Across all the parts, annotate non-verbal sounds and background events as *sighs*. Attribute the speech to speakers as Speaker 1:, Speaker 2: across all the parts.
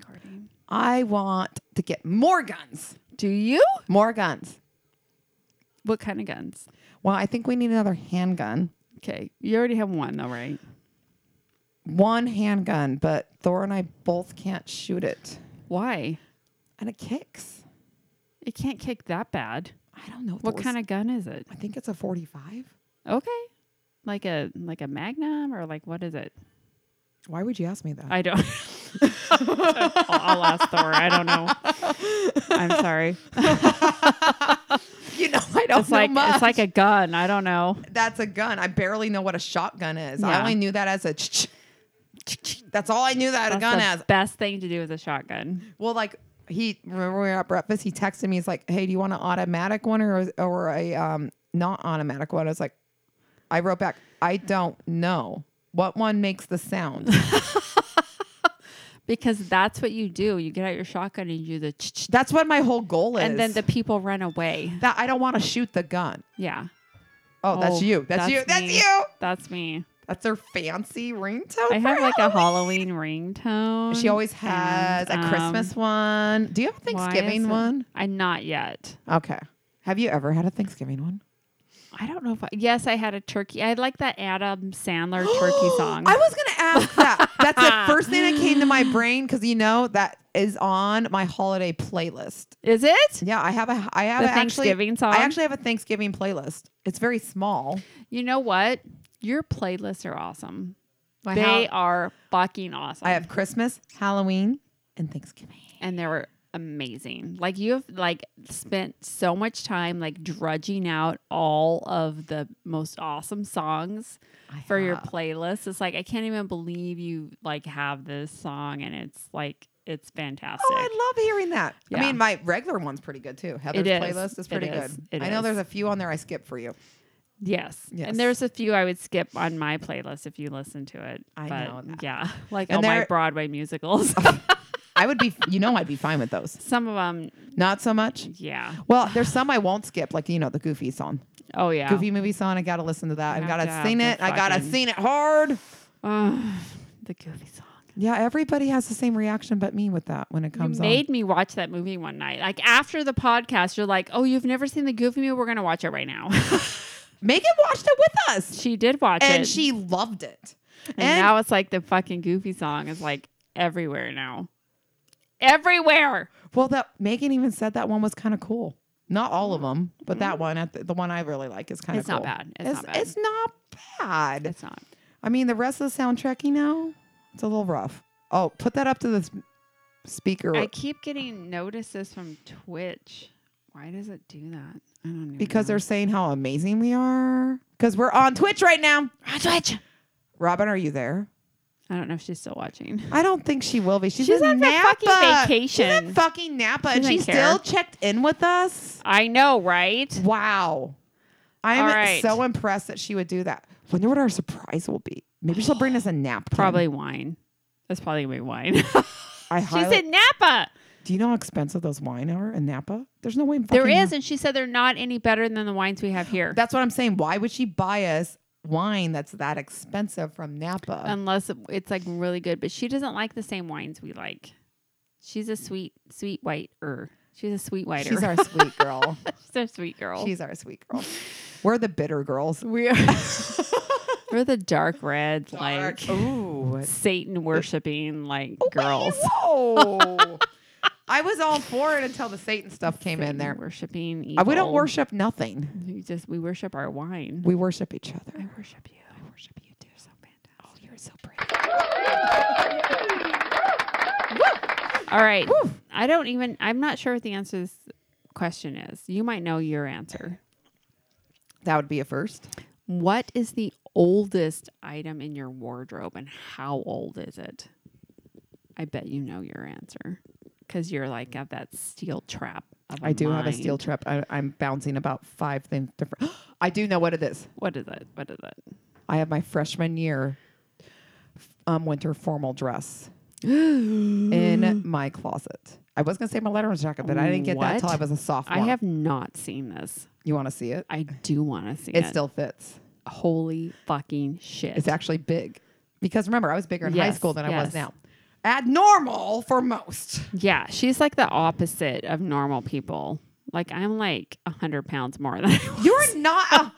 Speaker 1: recording.
Speaker 2: I want to get more guns.
Speaker 1: Do you?
Speaker 2: More guns.
Speaker 1: What kind of guns?
Speaker 2: Well, I think we need another handgun.
Speaker 1: Okay. You already have one, though, right?
Speaker 2: One handgun, but Thor and I both can't shoot it.
Speaker 1: Why?
Speaker 2: And it kicks.
Speaker 1: It can't kick that bad.
Speaker 2: I don't know.
Speaker 1: What kind of gun is it?
Speaker 2: I think it's a 45.
Speaker 1: Okay. Like a like a Magnum or like what is it?
Speaker 2: Why would you ask me that?
Speaker 1: I don't. *laughs* I'll, I'll ask Thor. I don't know. I'm *laughs* sorry.
Speaker 2: you know, I don't
Speaker 1: It's like it's like a gun. I don't know.
Speaker 2: That's a gun. I barely know what a shotgun is. I
Speaker 1: Yeah.
Speaker 2: only knew that as a. That's all I knew that a
Speaker 1: That's
Speaker 2: gun
Speaker 1: the
Speaker 2: as.
Speaker 1: best thing to do with a shotgun.
Speaker 2: Well, like he remember we were at breakfast. He texted me. He's like, "Hey, do you want an automatic one or or a um not automatic one?" I was like, "I wrote back, I don't know what one makes
Speaker 1: *laughs*
Speaker 2: the sound."
Speaker 1: Because that's what you do. You get out your shotgun and you do the ch- ch-
Speaker 2: That's what my whole goal is.
Speaker 1: and *laughs* then the people run away.
Speaker 2: that I don't want to shoot the gun.
Speaker 1: Yeah.
Speaker 2: Oh, that's
Speaker 1: Oh,
Speaker 2: you. That's,
Speaker 1: that's
Speaker 2: you. That's
Speaker 1: me.
Speaker 2: you.
Speaker 1: That's me.
Speaker 2: That's her fancy ringtone.
Speaker 1: I
Speaker 2: for
Speaker 1: have like a
Speaker 2: Halloween.
Speaker 1: Halloween ringtone.
Speaker 2: She always
Speaker 1: and,
Speaker 2: has a
Speaker 1: um,
Speaker 2: Christmas one. Do you have a
Speaker 1: why
Speaker 2: Thanksgiving
Speaker 1: isn't-
Speaker 2: one?
Speaker 1: I not yet.
Speaker 2: Okay. Have you ever had a Thanksgiving one?
Speaker 1: I don't know if I, yes, I had a turkey. I like that Adam *gasps*
Speaker 2: *gasps*
Speaker 1: Sandler turkey song.
Speaker 2: I was gonna ask that. That's
Speaker 1: *laughs*
Speaker 2: the first thing that came to my brain because you know that is on my holiday playlist.
Speaker 1: Is it?
Speaker 2: Yeah, I have a I have
Speaker 1: The
Speaker 2: a actually-
Speaker 1: Thanksgiving song?
Speaker 2: I actually have a Thanksgiving playlist. It's very small.
Speaker 1: You know what? Your playlists are awesome.
Speaker 2: My
Speaker 1: they
Speaker 2: hou-
Speaker 1: are fucking awesome.
Speaker 2: I have Christmas, Halloween, and Thanksgiving.
Speaker 1: and they were amazing. Like you have like spent so much time like drudging out all of the most awesome songs
Speaker 2: I
Speaker 1: for your
Speaker 2: have.
Speaker 1: playlist. It's like I can't even believe you like have this song and it's like it's fantastic.
Speaker 2: Oh, I love hearing that. I
Speaker 1: Yeah.
Speaker 2: mean, my regular one's pretty good too. Heather's
Speaker 1: is.
Speaker 2: playlist is
Speaker 1: It
Speaker 2: pretty
Speaker 1: is.
Speaker 2: good.
Speaker 1: It
Speaker 2: I know
Speaker 1: is.
Speaker 2: there's a few on there I skip for you.
Speaker 1: yes.
Speaker 2: Yes.
Speaker 1: And there's a few I would skip on my playlist if you listen to it.
Speaker 2: I
Speaker 1: But,
Speaker 2: know that.
Speaker 1: Yeah. *laughs* Like
Speaker 2: And
Speaker 1: all my
Speaker 2: there-
Speaker 1: Broadway
Speaker 2: *laughs*
Speaker 1: musicals.
Speaker 2: I would be, you know, I'd be fine with those.
Speaker 1: *laughs* Some of them,
Speaker 2: Not so much.
Speaker 1: yeah.
Speaker 2: Well, there's some I won't skip, like you know the Goofy song,
Speaker 1: Oh yeah.
Speaker 2: Goofy movie song. I gotta listen to that.
Speaker 1: You
Speaker 2: I
Speaker 1: have
Speaker 2: gotta
Speaker 1: to have
Speaker 2: sing
Speaker 1: the
Speaker 2: it. I gotta
Speaker 1: fucking-
Speaker 2: sing it hard.
Speaker 1: Ugh, *sighs* the Goofy song.
Speaker 2: Yeah, everybody has the same reaction but me with that when it comes
Speaker 1: you
Speaker 2: on.
Speaker 1: made me watch that movie one night. Like after the podcast, you're like, "Oh, you've never seen the Goofy movie? We're gonna watch it right now." *laughs*
Speaker 2: Megan watched it with us,
Speaker 1: she did watch
Speaker 2: and
Speaker 1: it,
Speaker 2: she loved it.
Speaker 1: and, now it's like the fucking Goofy song is like everywhere now, everywhere.
Speaker 2: well, that Megan even said that one was kind of cool. Not all of them, but that one, at the, the one I really like, is kind of
Speaker 1: Mm-hmm. It's not bad. It's not bad.
Speaker 2: It's not bad.
Speaker 1: It's not.
Speaker 2: I mean, the rest of the soundtrack, you know, it's a little rough. Oh, put that up to the s- speaker
Speaker 1: I keep getting notices from Twitch. Why does it do that? I don't know.
Speaker 2: because they're saying how amazing we are. Because we're on Twitch right now.
Speaker 1: Ah, Twitch.
Speaker 2: Robin, are you there?
Speaker 1: I don't know if she's still watching.
Speaker 2: I don't think she will be. She's,
Speaker 1: She's
Speaker 2: in
Speaker 1: on her
Speaker 2: Napa.
Speaker 1: fucking vacation.
Speaker 2: She's in fucking Napa, and
Speaker 1: doesn't
Speaker 2: she
Speaker 1: care.
Speaker 2: still checked in with us.
Speaker 1: I know, right?
Speaker 2: Wow, I'm
Speaker 1: All right.
Speaker 2: so impressed that she would do that. Wonder what our surprise will be. Maybe she'll bring us a napkin.
Speaker 1: Probably wine. That's probably gonna be wine. *laughs*
Speaker 2: I
Speaker 1: she's
Speaker 2: highly,
Speaker 1: in Napa.
Speaker 2: Do you know how expensive those wine are in Napa? There's no way. in
Speaker 1: There
Speaker 2: fucking
Speaker 1: is, and she said they're not any better than the wines we have here.
Speaker 2: That's what I'm saying. Why would she buy us wine that's that expensive from Napa?
Speaker 1: Unless it- it's like really good, but she doesn't like the same wines we like. She's a sweet, sweet whiter. She's a sweet whiter. *laughs*
Speaker 2: She's our sweet girl.
Speaker 1: She's our sweet girl.
Speaker 2: She's our sweet girl. We're the bitter girls.
Speaker 1: we
Speaker 2: *laughs*
Speaker 1: are. we're the dark Oh, reds, like
Speaker 2: Ooh.
Speaker 1: Satan worshiping, like girls.
Speaker 2: *laughs* Whoa. I was all for it until the Satan stuff came in there.
Speaker 1: worshiping.
Speaker 2: Uh, We don't
Speaker 1: evil.
Speaker 2: worship nothing.
Speaker 1: We just we worship our wine.
Speaker 2: We worship each
Speaker 1: I
Speaker 2: other.
Speaker 1: worship you. I worship you too. So fantastic. Oh, you're so pretty. *laughs* All right. I don't even. I'm not sure what the answer to this question is. You might know your answer.
Speaker 2: That would be a first.
Speaker 1: What is the oldest item in your wardrobe, and how old is it? I bet you know your answer because you're like have that steel trap. Of
Speaker 2: I do have a steel
Speaker 1: mind.
Speaker 2: trip. I, I'm bouncing about five things different. *gasps* I do know what it is.
Speaker 1: What is it? What is it?
Speaker 2: I have my freshman year um, winter
Speaker 1: *gasps*
Speaker 2: formal dress in my closet. I was gonna say my letterman jacket, but I didn't get that until I
Speaker 1: What?
Speaker 2: was a sophomore.
Speaker 1: I have not seen this.
Speaker 2: You want to see it?
Speaker 1: I do want to see
Speaker 2: It
Speaker 1: it.
Speaker 2: still fits.
Speaker 1: holy fucking shit.
Speaker 2: It's actually big because remember I was bigger in high
Speaker 1: Yes,
Speaker 2: school than I was
Speaker 1: yes.
Speaker 2: now. abnormal for most.
Speaker 1: Yeah, she's like the opposite of normal people. Like I'm like a hundred pounds more than *laughs* I was.
Speaker 2: You're not. A,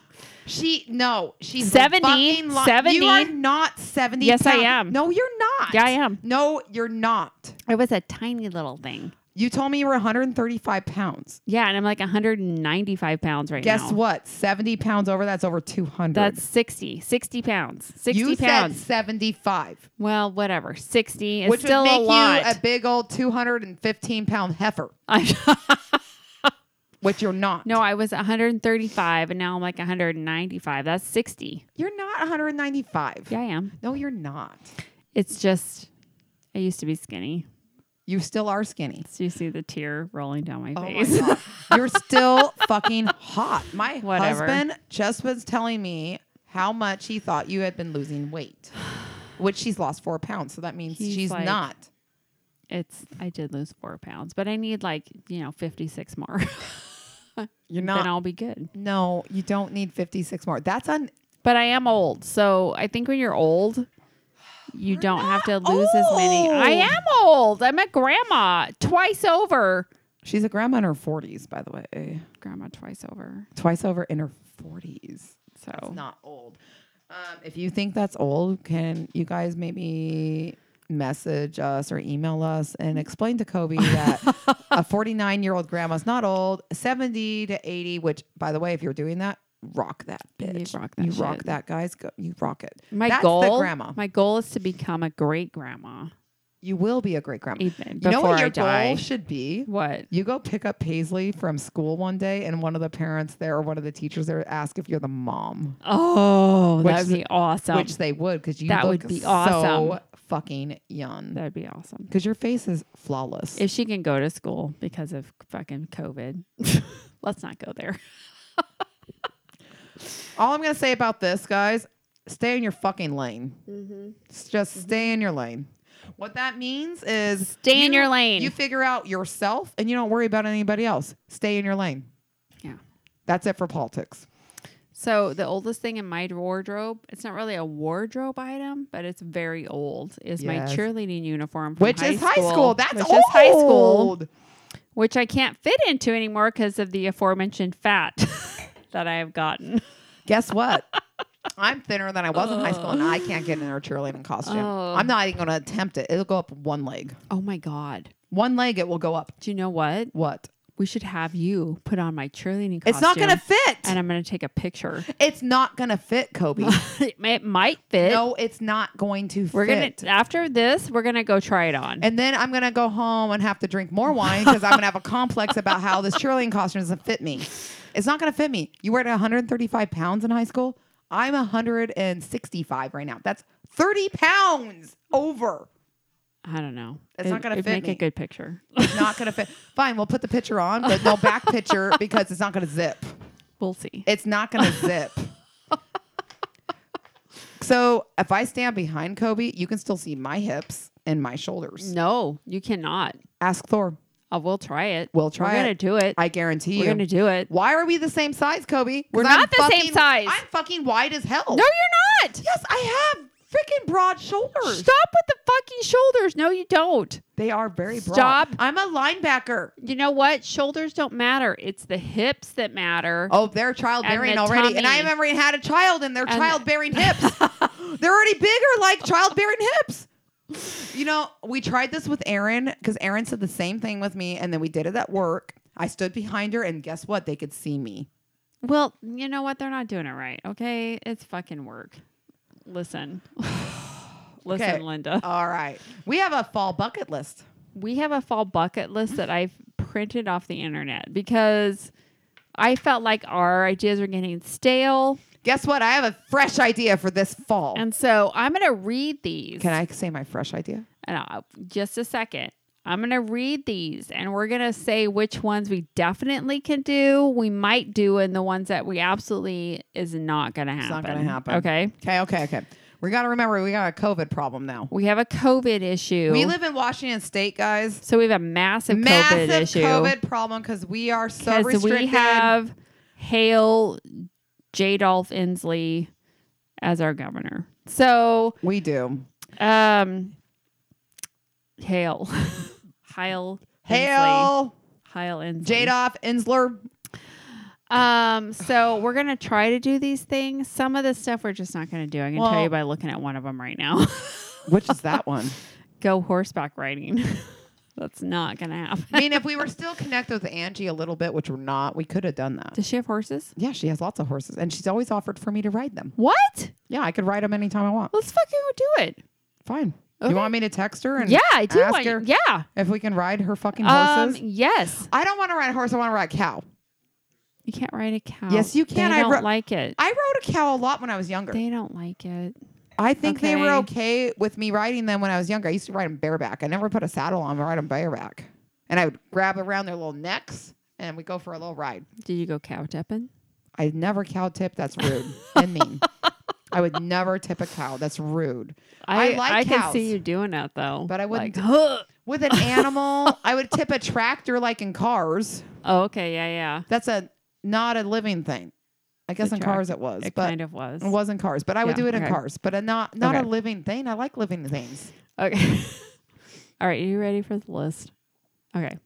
Speaker 2: she no. She's a
Speaker 1: 70,
Speaker 2: fucking li-
Speaker 1: 70.
Speaker 2: You are not seventy.
Speaker 1: Yes, I
Speaker 2: pounds.
Speaker 1: am.
Speaker 2: No, you're not.
Speaker 1: Yeah, I am.
Speaker 2: No, you're not.
Speaker 1: I was a tiny little thing.
Speaker 2: You told me you were 135 pounds.
Speaker 1: Yeah, and I'm like 195 pounds right now.
Speaker 2: Guess what? 70 pounds over that's over 200.
Speaker 1: That's 60, 60 pounds, 60
Speaker 2: you
Speaker 1: pounds.
Speaker 2: said 75,
Speaker 1: well, whatever. 60 is
Speaker 2: which
Speaker 1: still
Speaker 2: would make
Speaker 1: a lot.
Speaker 2: you a big old 215 pound
Speaker 1: *laughs*
Speaker 2: heifer, which you're not.
Speaker 1: no, I was 135 and now I'm like 195. That's 60.
Speaker 2: you're not 195.
Speaker 1: Yeah, I am.
Speaker 2: No, you're not.
Speaker 1: It's just, I used to be skinny.
Speaker 2: You still are skinny.
Speaker 1: So you see the tear rolling down my
Speaker 2: Oh my
Speaker 1: face.
Speaker 2: God. *laughs* You're still fucking hot. My
Speaker 1: Whatever.
Speaker 2: husband just was telling me how much he thought you had been losing weight, which she's lost four pounds. So that means
Speaker 1: He's
Speaker 2: she's
Speaker 1: like-
Speaker 2: not.
Speaker 1: *laughs* it's, I did lose four pounds, but I need like, you know, 56 more. *laughs* then
Speaker 2: You're not.
Speaker 1: I'll be good.
Speaker 2: No, you don't need 56 more. That's un.
Speaker 1: But I am old. So I think when you're old, you don't have to
Speaker 2: not
Speaker 1: lose as many. I
Speaker 2: old.
Speaker 1: am old. I'm a grandma twice over.
Speaker 2: She's a grandma in her 40s, by the way.
Speaker 1: Grandma twice over.
Speaker 2: Twice over in her 40s.
Speaker 1: So
Speaker 2: That's not old. Um, if you think that's old, can you guys maybe message us or email us and explain to Kobe that
Speaker 1: *laughs*
Speaker 2: a 49 year old grandma's not old, 70 to 80, which, by the way, if you're doing that, rock that
Speaker 1: You
Speaker 2: bitch.
Speaker 1: rock that
Speaker 2: You rock
Speaker 1: shit.
Speaker 2: that, guys. Go, you rock it.
Speaker 1: my
Speaker 2: that's
Speaker 1: goal,
Speaker 2: the grandma.
Speaker 1: my goal is to become a great grandma.
Speaker 2: you will be a great grandma.
Speaker 1: Even
Speaker 2: you know
Speaker 1: before
Speaker 2: what
Speaker 1: I
Speaker 2: your
Speaker 1: die.
Speaker 2: goal should be?
Speaker 1: What?
Speaker 2: You go pick up Paisley from school one day, and one of the parents there or one of the teachers there ask if you're the mom.
Speaker 1: Oh,
Speaker 2: Which
Speaker 1: that would
Speaker 2: the-
Speaker 1: be awesome.
Speaker 2: Which they would because you
Speaker 1: That
Speaker 2: look
Speaker 1: would be
Speaker 2: so
Speaker 1: awesome.
Speaker 2: fucking young.
Speaker 1: That'd be awesome.
Speaker 2: Because your face is flawless.
Speaker 1: If she can go to school because of fucking *laughs* COVID, let's not go there.
Speaker 2: All I'm gonna say about this, guys, stay in your fucking lane. S- Just stay in your lane. What that means is
Speaker 1: Stay in
Speaker 2: you-
Speaker 1: your lane.
Speaker 2: You figure out yourself, and you don't worry about anybody else. Stay in your lane.
Speaker 1: Yeah.
Speaker 2: That's it for politics.
Speaker 1: So the oldest thing in my wardrobe, it's not really a wardrobe item, but it's very old, is
Speaker 2: Yes.
Speaker 1: my cheerleading uniform. From
Speaker 2: Which
Speaker 1: high
Speaker 2: is
Speaker 1: school,
Speaker 2: high school. That's
Speaker 1: which
Speaker 2: old.
Speaker 1: is high school, which I can't fit into anymore because of the aforementioned fat *laughs* that I have gotten. *laughs*
Speaker 2: Guess what? I'm thinner than I was in high school, and I can't get in a cheerleading costume.
Speaker 1: Oh.
Speaker 2: I'm not even gonna attempt it. It'll go up one leg.
Speaker 1: Oh my god!
Speaker 2: One leg, it will go up.
Speaker 1: Do you know what?
Speaker 2: What?
Speaker 1: We should have you put on my cheerleading.
Speaker 2: It's not gonna
Speaker 1: costume,
Speaker 2: fit.
Speaker 1: And I'm gonna take a picture.
Speaker 2: it's not gonna fit, Kobe.
Speaker 1: *laughs* it may- it might fit.
Speaker 2: no, it's not going to
Speaker 1: we're
Speaker 2: fit.
Speaker 1: gonna after this, we're gonna go try it on.
Speaker 2: and then I'm gonna go home and have to drink more wine because I'm
Speaker 1: *laughs*
Speaker 2: gonna have a complex about how this cheerleading costume doesn't fit me. It's not gonna fit me. You were at 135 pounds in high school. I'm 165 right now. That's 30 pounds over.
Speaker 1: I don't know.
Speaker 2: It's not gonna
Speaker 1: it'd
Speaker 2: fit
Speaker 1: Make
Speaker 2: me.
Speaker 1: a good *laughs* picture.
Speaker 2: It's not gonna fit. Fine, we'll put the picture on, but no back picture because it's not gonna zip.
Speaker 1: we'll see.
Speaker 2: It's
Speaker 1: *laughs*
Speaker 2: not going to zip. so if I stand behind Kobe, you can still see my hips and my shoulders.
Speaker 1: no, you cannot.
Speaker 2: Ask Thor.
Speaker 1: Uh, we'll try it.
Speaker 2: We'll try
Speaker 1: We're gonna
Speaker 2: it.
Speaker 1: do it.
Speaker 2: I guarantee you.
Speaker 1: We're gonna do it.
Speaker 2: Why are we the same size, Kobe? 'Cause
Speaker 1: We're
Speaker 2: I'm
Speaker 1: not the same
Speaker 2: fucking-
Speaker 1: size.
Speaker 2: I'm fucking wide as hell.
Speaker 1: No, you're not.
Speaker 2: Yes, I have freaking broad shoulders.
Speaker 1: Stop with the fucking shoulders. No, you don't.
Speaker 2: They are very broad.
Speaker 1: Stop.
Speaker 2: I'm a linebacker.
Speaker 1: You know what? Shoulders don't matter. It's the hips that matter.
Speaker 2: Oh, they're childbearing
Speaker 1: the
Speaker 2: already. And I
Speaker 1: tummy.
Speaker 2: haven't even had a child and they're
Speaker 1: And the-
Speaker 2: *laughs* childbearing hips. they're already bigger like childbearing hips. You know, we tried this with Aaron because Aaron said the same thing with me and then we did it at work. I stood behind her and guess what? They could see me.
Speaker 1: Well, you know what? They're not doing it right. Okay, it's fucking work. Listen, *sighs* listen,
Speaker 2: Okay.
Speaker 1: Linda.
Speaker 2: All right. We have a fall bucket list.
Speaker 1: Uh, we have a fall bucket list that I've printed off the internet because I felt like our ideas were getting stale,
Speaker 2: Guess what? I have a fresh idea for this fall.
Speaker 1: and so I'm gonna read these.
Speaker 2: Can I say my fresh idea?
Speaker 1: and I, just a second. I'm going to read these and we're going to say which ones we definitely can do, we might do, and the ones that we absolutely is not going to happen.
Speaker 2: not gonna happen.
Speaker 1: Okay.
Speaker 2: Okay, okay, okay. We got to remember we got a COVID problem now.
Speaker 1: We have a COVID issue.
Speaker 2: We live in Washington State, guys.
Speaker 1: so we have a massive,
Speaker 2: massive
Speaker 1: COVID issue.
Speaker 2: COVID problem because we are so
Speaker 1: Because
Speaker 2: restricted.
Speaker 1: we have Hale J. Dolph Inslee as our governor. So
Speaker 2: We do.
Speaker 1: um, Hale. *laughs* Hale. Hensley.
Speaker 2: Hale,
Speaker 1: Hale Inslee.
Speaker 2: Jadoff, Insler.
Speaker 1: Um, so we're gonna try to do these things. Some of the stuff we're just not gonna do. I can tell
Speaker 2: Well-
Speaker 1: you by looking at one of them right now. *laughs*
Speaker 2: Which is that one?
Speaker 1: Go horseback riding. *laughs* That's not gonna happen.
Speaker 2: *laughs* *laughs* I mean, if we were still connected with Angie a little bit, which we're not, we could have done that.
Speaker 1: Does she have horses?
Speaker 2: Yeah, she has lots of horses, and she's always offered for me to ride them.
Speaker 1: What?
Speaker 2: Yeah, I could ride them anytime I want.
Speaker 1: Let's fucking go do it.
Speaker 2: Fine.
Speaker 1: Okay.
Speaker 2: You want me to text her and
Speaker 1: yeah, I do
Speaker 2: ask
Speaker 1: want.
Speaker 2: her
Speaker 1: Yeah.
Speaker 2: if we can ride her fucking
Speaker 1: Um.
Speaker 2: horses?
Speaker 1: Yes.
Speaker 2: I don't want to ride a horse. I want to ride a cow.
Speaker 1: You can't ride a cow.
Speaker 2: Yes, you can.
Speaker 1: They
Speaker 2: I
Speaker 1: don't
Speaker 2: ro-
Speaker 1: like it.
Speaker 2: I rode a cow a lot when I was younger.
Speaker 1: they don't like it.
Speaker 2: I think they were
Speaker 1: Okay.
Speaker 2: okay with me riding them when I was younger. I used to ride them bareback. I never put a saddle on. I ride them bareback, and I would grab around their little necks and we go for a little ride.
Speaker 1: Did you go cow tipping?
Speaker 2: I never cow tip. That's rude and *laughs* mean. I would never tip a cow. That's rude. I like
Speaker 1: I can
Speaker 2: cows.
Speaker 1: see you doing it though.
Speaker 2: But I wouldn't
Speaker 1: *laughs* Like, oh,
Speaker 2: With an animal, I would tip a tractor like in cars.
Speaker 1: oh, okay. Yeah. Yeah.
Speaker 2: That's a not a living thing. I guess
Speaker 1: The
Speaker 2: in cars it was,
Speaker 1: It
Speaker 2: but
Speaker 1: kind of was.
Speaker 2: it wasn't cars. But I would
Speaker 1: Yeah,
Speaker 2: do it in
Speaker 1: okay.
Speaker 2: cars, but a not not
Speaker 1: Okay.
Speaker 2: a living thing. I like living things.
Speaker 1: Okay. *laughs* All right. Are you ready for the list? Okay.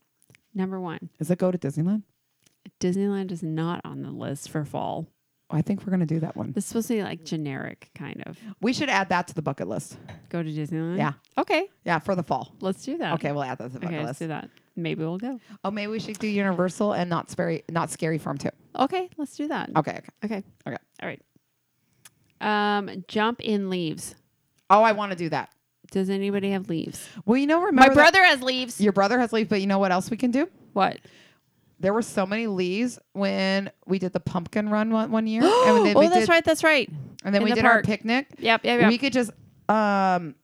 Speaker 1: Number one,
Speaker 2: Does it go to Disneyland?
Speaker 1: Disneyland is not on the list for fall.
Speaker 2: I think we're gonna do that one.
Speaker 1: This is supposed to be like generic, kind of.
Speaker 2: We should add that to the bucket list.
Speaker 1: Go to Disneyland.
Speaker 2: Yeah.
Speaker 1: Okay.
Speaker 2: Yeah, for the fall.
Speaker 1: Let's do that.
Speaker 2: Okay, we'll add that to the bucket
Speaker 1: Okay. Let's
Speaker 2: list.
Speaker 1: do that. Maybe we'll go.
Speaker 2: Oh, maybe we should do Universal and not scary, not scary farm too.
Speaker 1: Okay. Let's do that.
Speaker 2: Okay, okay.
Speaker 1: Okay.
Speaker 2: Okay.
Speaker 1: All right. Um, jump in leaves.
Speaker 2: Oh, I want to do that.
Speaker 1: Does anybody have leaves?
Speaker 2: Well, you know, remember
Speaker 1: My
Speaker 2: that-
Speaker 1: brother has leaves.
Speaker 2: your brother has leaves, but you know what else we can do?
Speaker 1: what?
Speaker 2: There were so many leaves when we did the pumpkin run one, one
Speaker 1: *gasps*
Speaker 2: year, and then
Speaker 1: oh,
Speaker 2: we
Speaker 1: that's
Speaker 2: did,
Speaker 1: right. That's right.
Speaker 2: and then
Speaker 1: in
Speaker 2: we
Speaker 1: the
Speaker 2: did our
Speaker 1: park.
Speaker 2: picnic.
Speaker 1: Yep. Yep. Yep.
Speaker 2: We could just um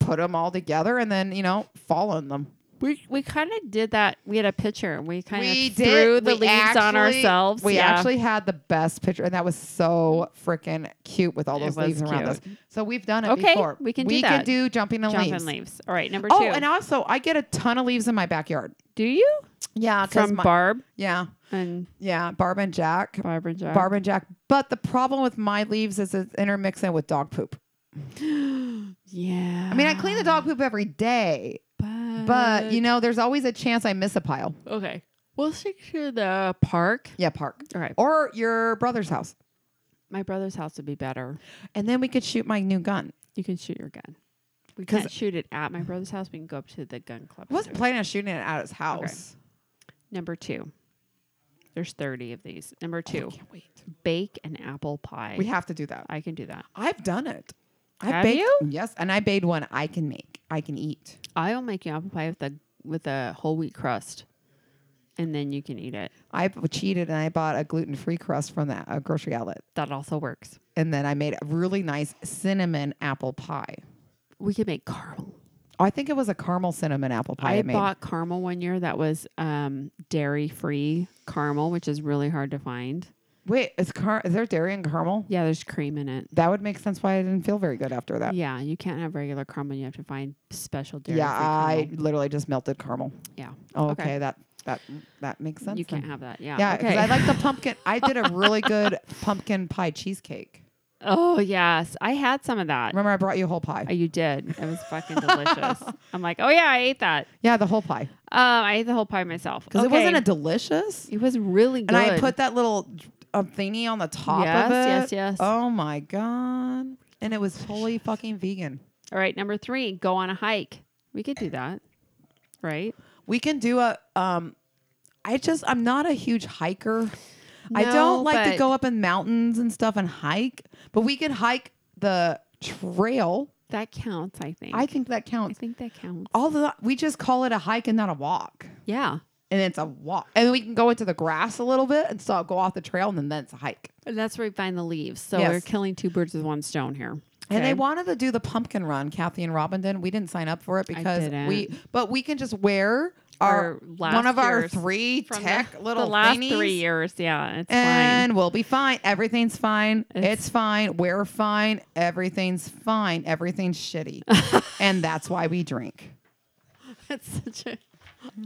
Speaker 2: put them all together and then you know fall on them.
Speaker 1: We we kind of did that. We had a picture. We kind
Speaker 2: we
Speaker 1: of threw
Speaker 2: did.
Speaker 1: the
Speaker 2: we
Speaker 1: leaves on
Speaker 2: actually-
Speaker 1: ourselves.
Speaker 2: We
Speaker 1: Yeah.
Speaker 2: actually had the best picture, and that was so freaking cute with all
Speaker 1: It
Speaker 2: those
Speaker 1: was
Speaker 2: leaves around us. So we've done it
Speaker 1: Okay,
Speaker 2: before.
Speaker 1: we can do
Speaker 2: we
Speaker 1: that.
Speaker 2: can do jumping and
Speaker 1: jump
Speaker 2: leaves.
Speaker 1: in leaves. All right, number two.
Speaker 2: Oh, and also I get a ton of leaves in my backyard.
Speaker 1: do you
Speaker 2: Yeah, 'cause
Speaker 1: from
Speaker 2: my-
Speaker 1: Barb
Speaker 2: yeah,
Speaker 1: and
Speaker 2: yeah, Barb and Jack,
Speaker 1: Barb and Jack?
Speaker 2: Barb and Jack. But the problem with my leaves is it's intermixing with dog poop.
Speaker 1: Yeah.
Speaker 2: I mean, I clean the dog poop every day,
Speaker 1: but,
Speaker 2: but you know, there's always a chance I miss a pile.
Speaker 1: okay, we'll stick to the park.
Speaker 2: Yeah, park
Speaker 1: All right,
Speaker 2: or your brother's house,
Speaker 1: my brother's house would be better.
Speaker 2: and then we could shoot my new gun.
Speaker 1: You can shoot your gun. We
Speaker 2: 'Cause-
Speaker 1: can't shoot it at my brother's house. We can go up to the gun club.
Speaker 2: I
Speaker 1: and
Speaker 2: wasn't
Speaker 1: do it.
Speaker 2: planning on shooting it at his house.
Speaker 1: Number two. There's 30 of these. Number two,
Speaker 2: Can't wait.
Speaker 1: bake an apple pie.
Speaker 2: We have to do that.
Speaker 1: I can do that.
Speaker 2: I've done it. I
Speaker 1: Have
Speaker 2: baked,
Speaker 1: you?
Speaker 2: Yes, and I baked one I can make. I can eat.
Speaker 1: I will make you apple pie with a with a whole wheat crust, and then you can eat it.
Speaker 2: I b- cheated and I bought a gluten free crust from that a grocery outlet,
Speaker 1: That also works.
Speaker 2: and then I made a really nice cinnamon apple pie.
Speaker 1: We could make caramel.
Speaker 2: Oh, I think it was a caramel cinnamon apple pie.
Speaker 1: I,
Speaker 2: I, made.
Speaker 1: bought caramel one year that was um, dairy free caramel, which is really hard to find.
Speaker 2: Wait, is car? Is there dairy in caramel?
Speaker 1: Yeah, there's cream in it.
Speaker 2: That would make sense why I didn't feel very good after that.
Speaker 1: Yeah, you can't have regular caramel. You have to find special
Speaker 2: Yeah,
Speaker 1: dairy.
Speaker 2: I literally just melted caramel.
Speaker 1: yeah.
Speaker 2: Oh,
Speaker 1: Okay.
Speaker 2: okay. that that that makes sense.
Speaker 1: You
Speaker 2: then.
Speaker 1: can't have that. Yeah.
Speaker 2: Yeah, because
Speaker 1: okay.
Speaker 2: I
Speaker 1: *laughs*
Speaker 2: like the pumpkin. I did a really good pumpkin pie cheesecake.
Speaker 1: oh yes, I had some of that.
Speaker 2: Remember, I brought you a whole
Speaker 1: Oh,
Speaker 2: pie.
Speaker 1: you did. It was
Speaker 2: *laughs*
Speaker 1: fucking delicious. I'm like, oh yeah, I ate that.
Speaker 2: Yeah, the whole pie
Speaker 1: Um, I ate the whole pie myself
Speaker 2: because
Speaker 1: Okay.
Speaker 2: it wasn't a delicious.
Speaker 1: It was really good.
Speaker 2: And I put that little um, thingy on the top
Speaker 1: Yes,
Speaker 2: of it.
Speaker 1: yes, yes.
Speaker 2: Oh my god! And it was totally fucking vegan.
Speaker 1: All right, number three, go on a hike. We could do that, right?
Speaker 2: We can do a. Um, I just I'm not a huge hiker. I
Speaker 1: No,
Speaker 2: don't like
Speaker 1: but-
Speaker 2: to go up in mountains and stuff and hike, but we could hike the trail.
Speaker 1: That counts, I think.
Speaker 2: I think that
Speaker 1: I
Speaker 2: counts.
Speaker 1: think that counts.
Speaker 2: Although we just call it a hike and not a walk.
Speaker 1: Yeah.
Speaker 2: and it's a walk. And we can go into the grass a little bit and so go off the trail, and then that's a hike.
Speaker 1: And that's where we find the leaves. So
Speaker 2: Yes.
Speaker 1: we're killing two birds with one stone here.
Speaker 2: And
Speaker 1: Okay.
Speaker 2: they wanted to do the pumpkin run, Kathy and Robin did. We didn't sign up for it because
Speaker 1: didn't.
Speaker 2: we, but we can just wear our,
Speaker 1: Our last
Speaker 2: one of our
Speaker 1: year's
Speaker 2: three
Speaker 1: From
Speaker 2: tech
Speaker 1: the,
Speaker 2: little
Speaker 1: the last
Speaker 2: thingies,
Speaker 1: three years. Yeah, it's
Speaker 2: and we'll be fine. Everything's fine. It's,
Speaker 1: It's-
Speaker 2: fine. We're fine. Everything's fine. Everything's shitty,
Speaker 1: *laughs*
Speaker 2: and that's why we drink.
Speaker 1: fine. It's such a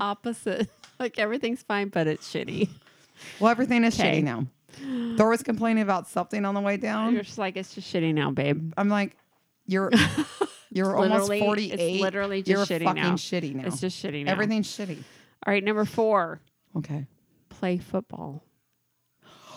Speaker 1: opposite. Like everything's fine, but it's shitty.
Speaker 2: Well, everything is
Speaker 1: Okay.
Speaker 2: shitty now. Thor was complaining about something on the way
Speaker 1: *laughs*
Speaker 2: down.
Speaker 1: You're just like it's just shitty now, babe.
Speaker 2: I'm like, you're You're
Speaker 1: It's
Speaker 2: almost
Speaker 1: literally- it's
Speaker 2: 48.
Speaker 1: literally just
Speaker 2: You're
Speaker 1: shitty
Speaker 2: fucking
Speaker 1: now.
Speaker 2: shitty now.
Speaker 1: It's just shitty now.
Speaker 2: Everything's shitty.
Speaker 1: All right, number four,
Speaker 2: Okay.
Speaker 1: play football.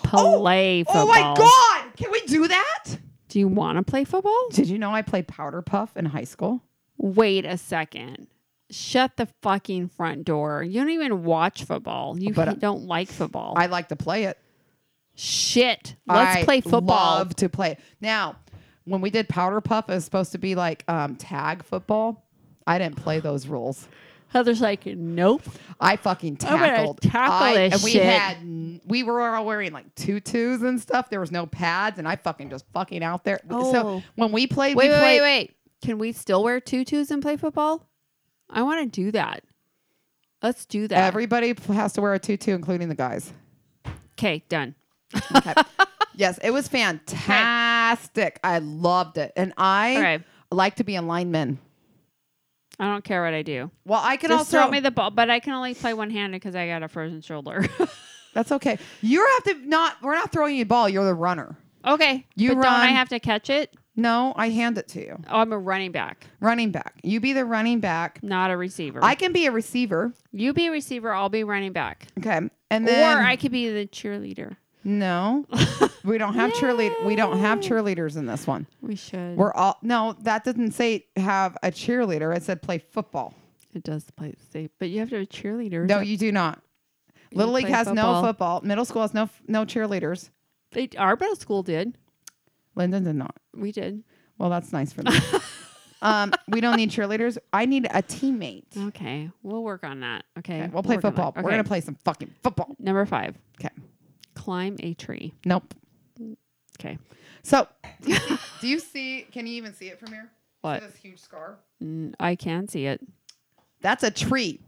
Speaker 1: Play football.
Speaker 2: *gasps* Oh my God! Can we do that?
Speaker 1: Do you want to play football?
Speaker 2: Did you know I played powder puff in high school?
Speaker 1: Wait a second. Shut the fucking front door. You don't even watch football. You
Speaker 2: But I-
Speaker 1: h- don't like football.
Speaker 2: I like to play it.
Speaker 1: Shit. Let's
Speaker 2: I
Speaker 1: play football.
Speaker 2: Love to play. it. Now, when we did powder puff, it was supposed to be like um, tag football. I didn't play those rules.
Speaker 1: Heather's like, nope.
Speaker 2: I fucking
Speaker 1: I'm gonna
Speaker 2: tackled.
Speaker 1: Oh, tackle
Speaker 2: I-
Speaker 1: this
Speaker 2: and we
Speaker 1: shit.
Speaker 2: had n- we were all wearing like tutus and stuff. There was no pads, and I fucking just fucking out there.
Speaker 1: Oh.
Speaker 2: So when we played,
Speaker 1: Wait,
Speaker 2: we
Speaker 1: wait,
Speaker 2: played,
Speaker 1: wait, wait. Can we still wear tutus and play football? I want to do that. Let's do that.
Speaker 2: Everybody p- has to wear a tutu, including
Speaker 1: *laughs*
Speaker 2: the guys.
Speaker 1: okay, done.
Speaker 2: Okay. yes, it was fantastic. I loved it, and I
Speaker 1: Okay.
Speaker 2: like to be in linemen.
Speaker 1: I don't care what I do.
Speaker 2: Well, I can
Speaker 1: Just
Speaker 2: also
Speaker 1: throw me the ball, but I can only play one handed because I got a frozen shoulder. *laughs*
Speaker 2: That's okay. You have to not. We're not throwing you a ball. You're the runner.
Speaker 1: okay,
Speaker 2: You
Speaker 1: but don't I
Speaker 2: run.
Speaker 1: have to catch it?
Speaker 2: No, I hand it to you.
Speaker 1: Oh, I'm a running back,
Speaker 2: Running back. You be the running back.
Speaker 1: not a receiver.
Speaker 2: I can be a receiver.
Speaker 1: you be a receiver, I'll be running back,
Speaker 2: Okay, and then
Speaker 1: or I could be the cheerleader.
Speaker 2: no, we don't have cheerlead. We don't have cheerleaders in this one.
Speaker 1: We should.
Speaker 2: We're all no. That didn't say have a cheerleader. It said play football.
Speaker 1: it does play safe, but you have to have cheerleaders.
Speaker 2: No, you do not.
Speaker 1: You
Speaker 2: Little League
Speaker 1: play
Speaker 2: has no
Speaker 1: football.
Speaker 2: football. Middle school has no f- no cheerleaders.
Speaker 1: They, our middle school did.
Speaker 2: Linden did not.
Speaker 1: We did.
Speaker 2: Well, that's nice
Speaker 1: *laughs*
Speaker 2: for them. um, we don't need cheerleaders. I need a teammate.
Speaker 1: Okay, we'll work on that. Mm-hmm. Okay,
Speaker 2: Okay, we'll play
Speaker 1: work on that.
Speaker 2: football. We're
Speaker 1: Okay.
Speaker 2: gonna play some fucking football.
Speaker 1: Number five,
Speaker 2: Okay.
Speaker 1: climb a tree.
Speaker 2: Nope.
Speaker 1: Okay. *laughs*
Speaker 2: So, do you see? do you see- can you even see it from here?
Speaker 1: What?
Speaker 2: See this huge scar?
Speaker 1: Mm, I can see it.
Speaker 2: That's a tree.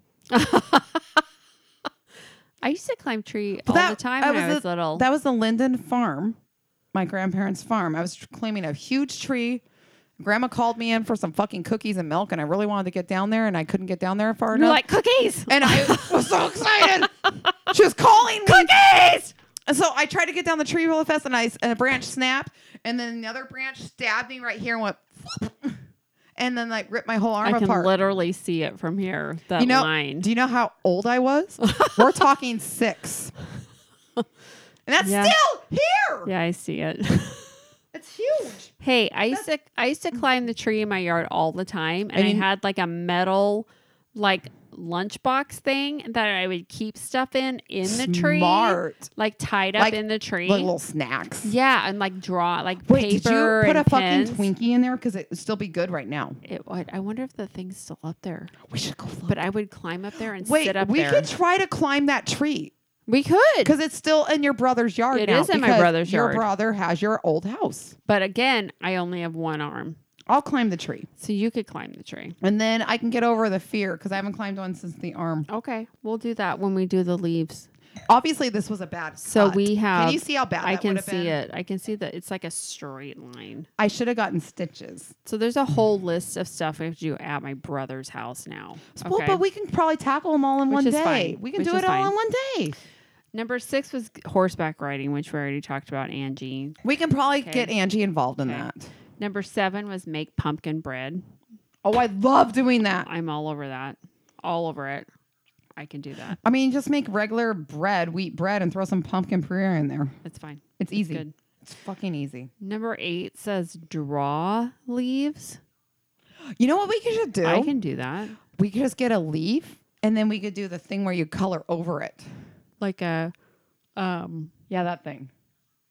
Speaker 1: I used to climb tree all
Speaker 2: That-
Speaker 1: the time
Speaker 2: I
Speaker 1: when I was
Speaker 2: the-
Speaker 1: little.
Speaker 2: That was the Linden farm, my grandparents' farm. I was tr- climbing a huge tree. Grandma called me in for some fucking cookies and milk, and I really wanted to get down there, and I couldn't get down there far
Speaker 1: You're
Speaker 2: enough.
Speaker 1: like cookies.
Speaker 2: and
Speaker 1: *laughs*
Speaker 2: I was so excited. She was calling me. cookies. And so I tried to get down the tree really fast, and I and a branch snapped, and then another branch stabbed me right here and went, *laughs* whoop, and then like ripped my whole arm
Speaker 1: I can
Speaker 2: apart.
Speaker 1: literally see it from here. That
Speaker 2: you know?
Speaker 1: line.
Speaker 2: Do you know how old
Speaker 1: *laughs*
Speaker 2: I was? We're talking six, and that's
Speaker 1: Yeah.
Speaker 2: still here.
Speaker 1: yeah, I see it. *laughs*
Speaker 2: It's huge.
Speaker 1: hey, I used to I used to climb the tree in my yard all the time, and
Speaker 2: And
Speaker 1: I
Speaker 2: you-
Speaker 1: had like a metal like lunchbox thing that I would keep stuff in in the tree,
Speaker 2: Smart.
Speaker 1: like tied up
Speaker 2: Like,
Speaker 1: in the tree.
Speaker 2: Like little snacks.
Speaker 1: yeah, and like draw like
Speaker 2: Wait, did you
Speaker 1: paper
Speaker 2: put a
Speaker 1: and
Speaker 2: fucking
Speaker 1: pins.
Speaker 2: Twinkie in there? Because it would still be good right now.
Speaker 1: It, would- I wonder if the thing's still up there.
Speaker 2: We should go. Look.
Speaker 1: But I would climb up there and
Speaker 2: Wait,
Speaker 1: sit up
Speaker 2: we
Speaker 1: there.
Speaker 2: could try to climb that tree.
Speaker 1: we could.
Speaker 2: Because it's still in your brother's yard.
Speaker 1: It
Speaker 2: now
Speaker 1: is in my
Speaker 2: because
Speaker 1: brother's yard.
Speaker 2: Your brother has your old house.
Speaker 1: But again, I only have one arm.
Speaker 2: I'll climb the tree,
Speaker 1: So you could climb the tree.
Speaker 2: and then I can get over the fear because I haven't climbed one since the arm.
Speaker 1: Okay. We'll do that when we do the leaves.
Speaker 2: Obviously, this was a bad.
Speaker 1: So
Speaker 2: cut.
Speaker 1: we have
Speaker 2: Can you see how bad
Speaker 1: I
Speaker 2: that
Speaker 1: can
Speaker 2: would've
Speaker 1: see
Speaker 2: been?
Speaker 1: it. I can see that it's like a straight line.
Speaker 2: I should have gotten stitches.
Speaker 1: So there's a whole list of stuff we have to do at my brother's house now.
Speaker 2: Well, but we can probably tackle them all in
Speaker 1: Which
Speaker 2: one
Speaker 1: is
Speaker 2: day.
Speaker 1: fine.
Speaker 2: We can
Speaker 1: Which
Speaker 2: do
Speaker 1: is
Speaker 2: it all
Speaker 1: fine.
Speaker 2: in one day.
Speaker 1: Number six was horseback riding, which we already talked about, Angie.
Speaker 2: We can probably
Speaker 1: Okay.
Speaker 2: get Angie involved in
Speaker 1: Okay.
Speaker 2: that.
Speaker 1: Number seven was make pumpkin bread.
Speaker 2: Oh, I love doing that.
Speaker 1: I'm all over that. All over it. I can do that.
Speaker 2: I mean, just make regular bread, wheat bread, and throw some pumpkin puree in there.
Speaker 1: It's fine.
Speaker 2: It's easy.
Speaker 1: good.
Speaker 2: It's fucking easy.
Speaker 1: Number eight says draw leaves.
Speaker 2: You know what we should do?
Speaker 1: I can do that.
Speaker 2: We could just get a leaf and then we could do the thing where you color over it.
Speaker 1: Like a, um,
Speaker 2: Yeah, that thing.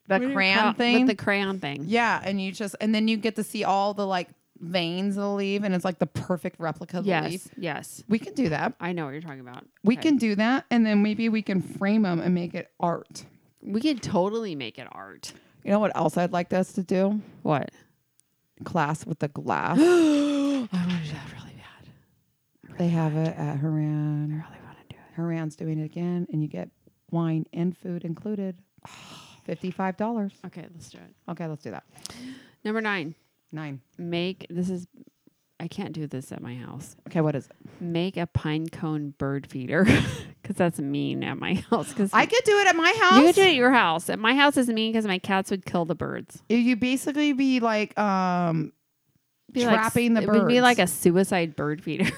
Speaker 2: The
Speaker 1: what do you
Speaker 2: crayon
Speaker 1: call-
Speaker 2: thing.
Speaker 1: With the crayon thing.
Speaker 2: yeah, and you just and then you get to see all the like veins of the leaf and it's like the perfect replica of the
Speaker 1: yes.
Speaker 2: leaf.
Speaker 1: Yes.
Speaker 2: We can do that.
Speaker 1: I know what you're talking about.
Speaker 2: We
Speaker 1: Okay.
Speaker 2: can do that and then maybe we can frame them and make it art.
Speaker 1: we could totally make it art.
Speaker 2: You know what else I'd like us to do?
Speaker 1: What?
Speaker 2: Class with the glass.
Speaker 1: *gasps*
Speaker 2: *gasps*
Speaker 1: I want to do that really bad.
Speaker 2: they have it at Haran.
Speaker 1: I really want to do it.
Speaker 2: Haran's doing it again and you get wine and food included. *sighs* $55.
Speaker 1: Okay, let's do it.
Speaker 2: Okay, let's do that.
Speaker 1: Number nine.
Speaker 2: 9.
Speaker 1: Make this is I can't do this at my house.
Speaker 2: Okay, what is it?
Speaker 1: Make a pine cone bird feeder. *laughs* Cause that's mean at my *laughs* house. Cause
Speaker 2: I could do it at my house.
Speaker 1: you could do it at your house. At my house is mean because my cats would kill the birds.
Speaker 2: you basically be like um
Speaker 1: be
Speaker 2: trapping
Speaker 1: like,
Speaker 2: the
Speaker 1: It would be like a
Speaker 2: birds.
Speaker 1: suicide bird feeder.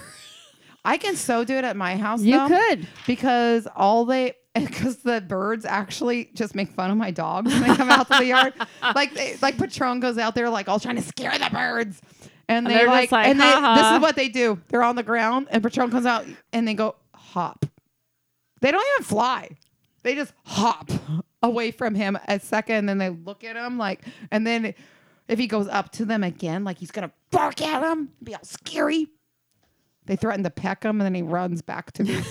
Speaker 2: I can so do it at my house.
Speaker 1: you
Speaker 2: though,
Speaker 1: could.
Speaker 2: because all they *laughs* because the birds actually just make fun of my dogs when they come out to
Speaker 1: *laughs*
Speaker 2: the yard. Like they, like Patron goes out there like all trying to scare the birds. And
Speaker 1: And
Speaker 2: they
Speaker 1: they're
Speaker 2: like,
Speaker 1: just like,
Speaker 2: and they,
Speaker 1: "Ha
Speaker 2: this
Speaker 1: ha."
Speaker 2: is what they do. They're on the ground and Patron comes out and they go hop. They don't even fly. They just hop away from him a second and then they look at him like and then if he goes up to them again like he's going to bark at him, be all scary. They threaten to peck him and then he runs back to me.